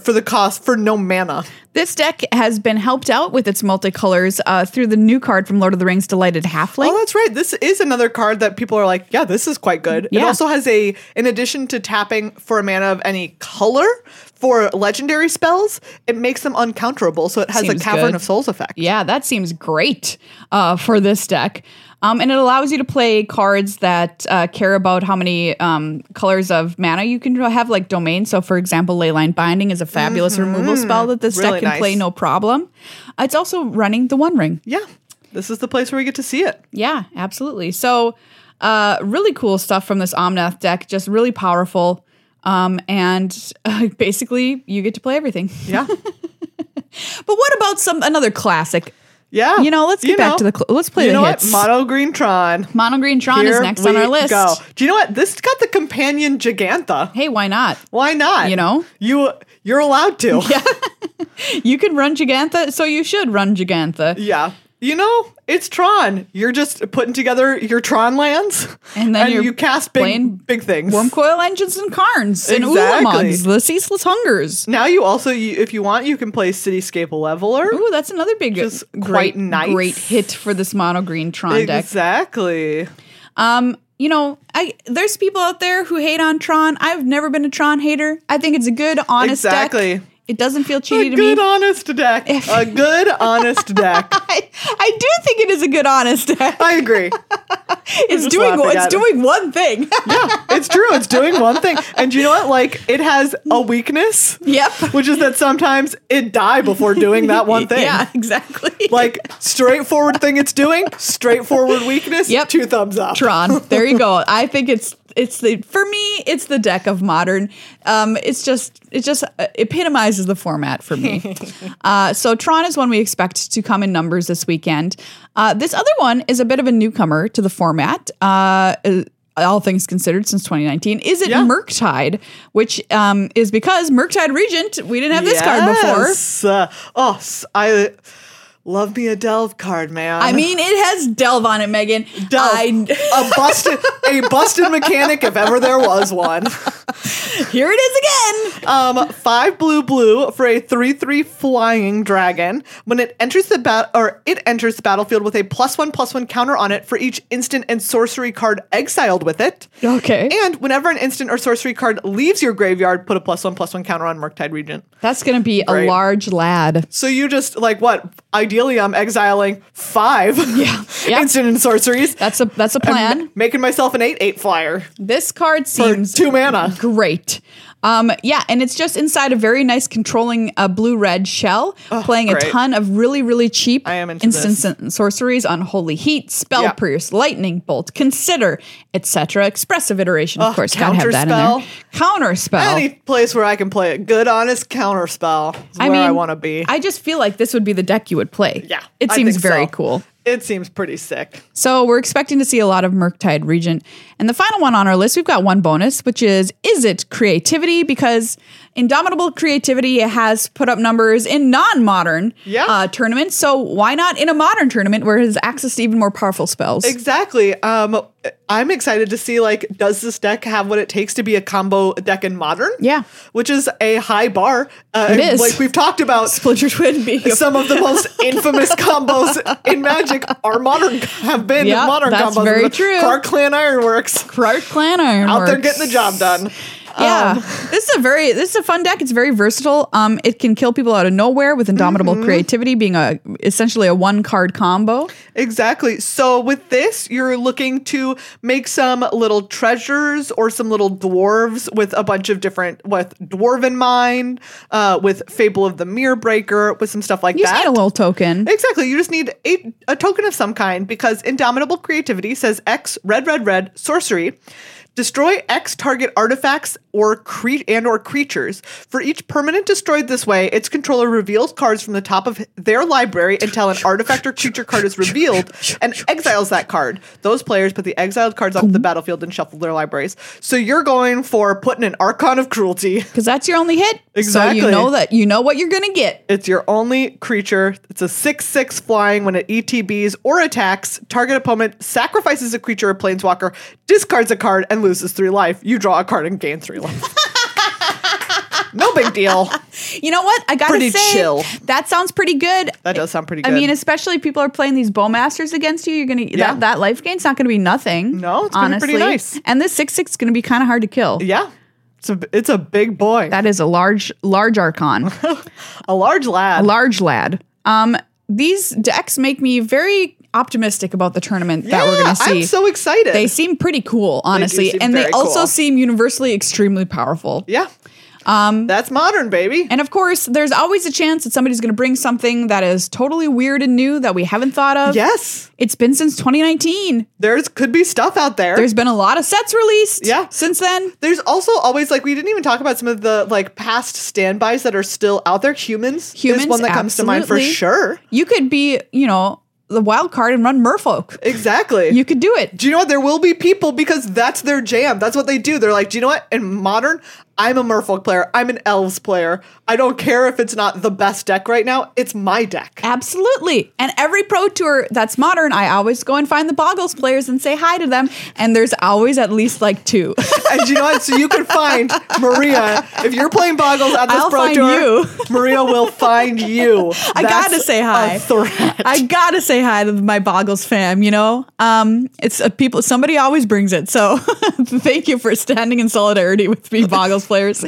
B: for the cost for no mana.
A: This deck has been helped out with its multicolors uh, through the new card from Lord of the Rings Delighted Halfling.
B: Oh, that's right. This is another card that people are like, yeah, this is quite good. It
A: Yeah.
B: also has a, in addition to tapping for a mana of any color for legendary spells, it makes them uncounterable. So it has
A: Seems
B: a Cavern
A: good.
B: of Souls effect.
A: Yeah, that seems great uh, for this deck. Um, and it allows you to play cards that uh, care about how many um, colors of mana you can have, like domain. So, for example, Leyline Binding is a fabulous removal spell that this
B: Mm-hmm. Really
A: deck can
B: nice.
A: play no problem. It's also running the One Ring.
B: Yeah. This is the place where we get to see it.
A: Yeah, absolutely. So, uh, really cool stuff from this Omnath deck, just really powerful. Um, and uh, basically, you get to play everything.
B: Yeah.
A: But what about some another classic?
B: Yeah.
A: You know, let's get back to the cl- let's play
B: you
A: the
B: Ah, know
A: hits.
B: What? Mono Green Tron.
A: Mono Green Tron is
B: Here
A: next on
B: we
A: our list.
B: Go. Do you know what? This got the companion Giganta.
A: Hey, why not?
B: Why not?
A: You know?
B: You you're allowed to. Yeah.
A: You can run Gigantha, so you should run Gigantha.
B: Yeah. You know, it's Tron. You're just putting together your Tron lands,
A: And then you're
B: you cast
A: playing
B: big, big things.
A: Wormcoil engines and Karns and
B: Exactly.
A: Ulamogs, the ceaseless hungers.
B: now you also, you, if you want, you can play Cityscape Leveler.
A: Ooh, that's another big,
B: Just
A: great,
B: quite nice.
A: great hit for this mono green Tron deck.
B: Exactly.
A: Um, you know, I there's people out there who hate on Tron. I've never been a Tron hater. I think it's a good, honest
B: Exactly.
A: deck. It doesn't feel
B: A
A: cheaty to me.
B: good, honest deck. A good, honest deck.
A: I, I do think it is a good, honest deck.
B: I agree.
A: It's
B: just
A: doing
B: laughing
A: it's
B: at it.
A: doing one thing.
B: Yeah, it's true. It's doing one thing. And you know what? Like, it has a weakness.
A: Yep.
B: Which is that sometimes it die before doing that one thing.
A: Yeah, exactly.
B: Like, straightforward thing it's doing, straightforward weakness,
A: Yep.
B: two thumbs up.
A: Tron. There you go. I think it's it's the for me it's the deck of modern. Um, it's just it just uh, epitomizes the format for me. uh, so Tron is one we expect to come in numbers this weekend. Uh, this other one is a bit of a newcomer to the format. Uh, uh, all things considered, since 2019, is it
B: Yeah.
A: Murktide, which um, is because Murktide Regent. We didn't have this card before.
B: Yes. Uh, oh, s- I love me a delve card, man.
A: I mean, it has delve on it, Megan.
B: delve.
A: I,
B: a busted, a busted mechanic if ever there was one.
A: here it is again.
B: Um, five blue blue for a three three flying dragon. When it enters the bat or it enters the battlefield with a plus one plus one counter on it for each instant and sorcery card exiled with it.
A: Okay.
B: And whenever an instant or sorcery card leaves your graveyard, put a plus one plus one counter on Murktide Regent.
A: That's going to be a
B: Great.
A: large lad.
B: So you just like what? Ideally, I'm exiling five
A: Yeah. Yeah.
B: instant and sorceries.
A: That's a that's a
B: I'm
A: plan.
B: ma- making myself an eight eight flyer
A: This card
B: for
A: seems
B: two mana.
A: great. Um, yeah, and it's just inside a very nice controlling uh, blue red shell, playing a
B: Oh, great.
A: ton of really really cheap
B: I am into
A: instants
B: this.
A: and sorceries on holy heat, spell
B: Yeah.
A: pierce, lightning bolt, consider, etc. Expressive iteration, of
B: Ugh,
A: course, gotta have that in
B: counterspell.
A: there. Counter spell.
B: Any place where I can play a good, honest counter spell is where I want to be.
A: I just feel like this would be the deck you would play.
B: yeah,
A: it
B: I
A: seems
B: think
A: very
B: so.
A: cool.
B: It seems pretty sick.
A: So we're expecting to see a lot of Murktide Regent. And the final one on our list, we've got one bonus, which is is it creativity? Because Indomitable Creativity has put up numbers in non-modern
B: Yeah.
A: uh, tournaments. So why not in a modern tournament where it has access to even more powerful spells?
B: Exactly. Um, I'm excited to see like does this deck have what it takes to be a combo deck in modern?
A: Yeah.
B: which is a high bar. Uh,
A: It is.
B: like we've talked about.
A: Splinter Twin being a
B: Some of the most infamous combos in Magic are modern have been
A: Yeah,
B: modern
A: that's
B: combos.
A: very true.
B: Clark Clan Ironworks
A: Clark Clan Ironworks.
B: out there getting the job done. Um,
A: Yeah, this is a very this is a fun deck. It's very versatile. Um, it can kill people out of nowhere with indomitable
B: Mm-hmm.
A: creativity, being a essentially a one card combo.
B: Exactly. So with this, you're looking to make some little treasures or some little dwarves with a bunch of different with dwarf in mind, uh, with Fable of the Mirror Breaker, with some stuff like
A: You just
B: that.
A: need a little token.
B: Exactly. You just need a, a token of some kind because Indomitable Creativity says X red red red sorcery. Destroy X target artifacts or cre- and or creatures. For each permanent destroyed this way, its controller reveals cards from the top of their library until an artifact or creature card is revealed and exiles that card. Those players put the exiled cards off the battlefield and shuffle their libraries. So you're going for putting an Archon of Cruelty.
A: because that's your only hit. So
B: Exactly.
A: you know that you know what you're gonna get.
B: It's your only creature. It's a 6 6 flying when it ETBs or attacks. Target opponent sacrifices a creature or planeswalker, discards a card, and loses three life. You draw a card and gain three life. no big deal.
A: You know what? I gotta
B: Pretty
A: say,
B: chill.
A: that sounds pretty good.
B: That does sound pretty
A: I
B: good.
A: mean, especially if people are playing these bowmasters against you, you're gonna
B: Yeah.
A: that, that life gain's not gonna be nothing.
B: No, it's gonna be pretty nice.
A: And this six six is gonna be kind of hard to kill.
B: yeah. It's a, it's a big boy,
A: That is a large large archon.
B: a large lad.
A: large lad. Um, these decks make me very optimistic about the tournament that we're going to see.
B: I'm so excited.
A: they seem pretty cool, honestly,
B: seem
A: and they
B: very
A: also
B: cool.
A: seem universally extremely powerful.
B: yeah. That's modern, baby.
A: Um, And of course, there's always a chance that somebody's going to bring something that is totally weird and new that we haven't thought of.
B: Yes.
A: It's been since 2019.
B: There's could be stuff out there.
A: There's been a lot of sets released
B: Yeah.
A: since then.
B: There's also always like we didn't even talk about some of the like past standbys that are still out there. Humans,
A: Humans,
B: is one that comes to mind for
A: absolutely.
B: sure.
A: You could be, you know, the wild card and run merfolk.
B: Exactly.
A: You could do it.
B: do you know what? There will be people because that's their jam. That's what they do. They're like, do you know what? In modern, I'm a Merfolk player. I'm an Elves player. I don't care if it's not the best deck right now. It's my deck.
A: Absolutely. And every pro tour that's modern, I always go and find the Boggles players and say hi to them. And there's always at least like two.
B: and do you know what? So you can find Maria if you're playing Boggles at this
A: I'll
B: pro
A: find
B: tour.
A: you.
B: Maria will find you.
A: I
B: That's
A: gotta say
B: a
A: hi.
B: threat.
A: I gotta say hi to my Boggles fam, you know? Um, it's a people, somebody always brings it. So thank you for standing in solidarity with me, Boggles players.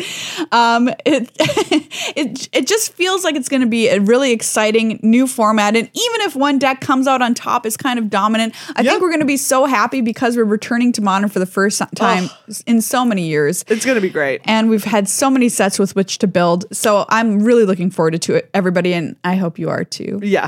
A: Um, it, it, it just feels like it's gonna be a really exciting new format. And even if one deck comes out on top, is kind of dominant, I
B: Yeah.
A: think we're gonna be so happy because we're returning to modern for the first time in so many years.
B: it's gonna be great.
A: and we've had so many sets with which to build. So I'm really looking forward to it, everybody, and I hope you are too.
B: Yeah.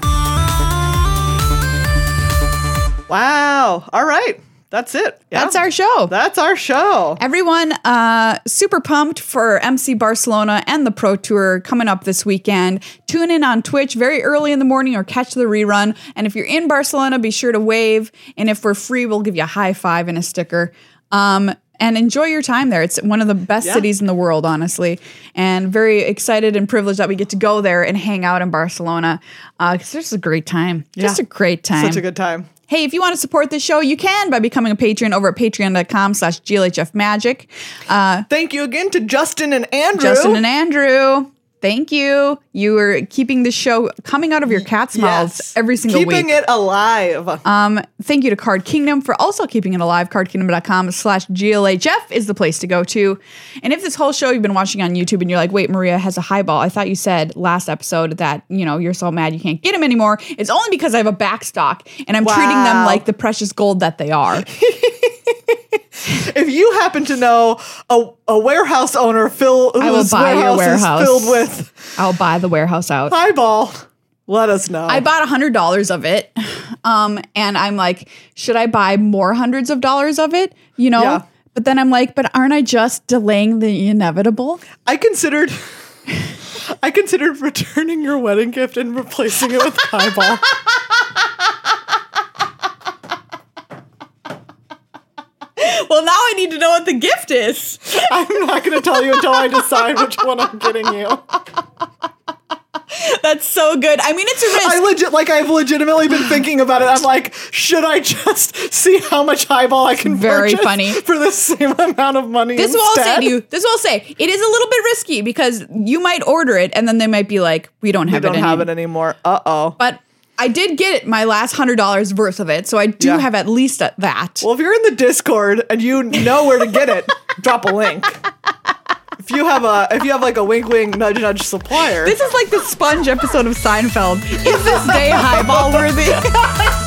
B: Wow. All right. That's it. Yeah.
A: That's our show.
B: That's our show.
A: Everyone, uh, super pumped for MC Barcelona and the Pro Tour coming up this weekend. Tune in on Twitch very early in the morning or catch the rerun. And if you're in Barcelona, be sure to wave. And if we're free, we'll give you a high five and a sticker. Um, and enjoy your time there. It's one of the best
B: Yeah.
A: cities in the world, honestly. And very excited and privileged that we get to go there and hang out in Barcelona. uh, Because it's just a great time. Just
B: Yeah.
A: a great time.
B: Such a good time.
A: Hey, if you want to support this show, you can by becoming a patron over at patreon.com slash glhfmagic. Uh,
B: Thank you again to Justin and Andrew.
A: Justin and Andrew, thank you. You are keeping the show coming out of your cat's mouths
B: Yes.
A: every single
B: Keeping
A: week.
B: it alive.
A: um, thank you to Card Kingdom for also keeping it alive. Cardkingdom.com slash glhf is the place to go to. And if this whole show you've been watching on YouTube and you're like, wait, Maria has a highball. I thought you said last episode that, you know, you're so mad you can't get him anymore. It's only because I have a backstock and I'm treating them
B: Wow.
A: like the precious gold that they are.
B: if you happen to know a, a warehouse owner fill,
A: will
B: whose
A: buy your
B: is
A: warehouse.
B: filled with
A: I'll buy the warehouse out.
B: highball, let us know.
A: I bought hundred dollars of it, um, and I'm like, should I buy more hundreds of dollars of it? You know.
B: Yeah.
A: But then I'm like, but aren't I just delaying the inevitable?
B: I considered. I considered returning your wedding gift and replacing it with highball.
A: Well, now I need to know what the gift is.
B: I'm not going to tell you until I decide which one I'm getting you.
A: That That's so good. I mean, it's a risk.
B: I legit like I've legitimately been thinking about it. I'm like, should I just see how much highball I can
A: Very
B: purchase
A: funny.
B: for the same amount of money?
A: this will
B: instead?
A: say to you. This will say it is a little bit risky because you might order it and then they might be like, "We don't
B: I
A: have
B: don't
A: it."
B: have
A: anymore.
B: it anymore. Uh oh.
A: But I did get my last hundred dollars worth of it, so I do
B: Yeah.
A: have at least a- that.
B: Well, if you're in the Discord and you know where to get it, drop a link. If you have a if you have like a wink wink nudge nudge supplier.
A: this is like the sponge episode of Seinfeld. Is this day highball worthy?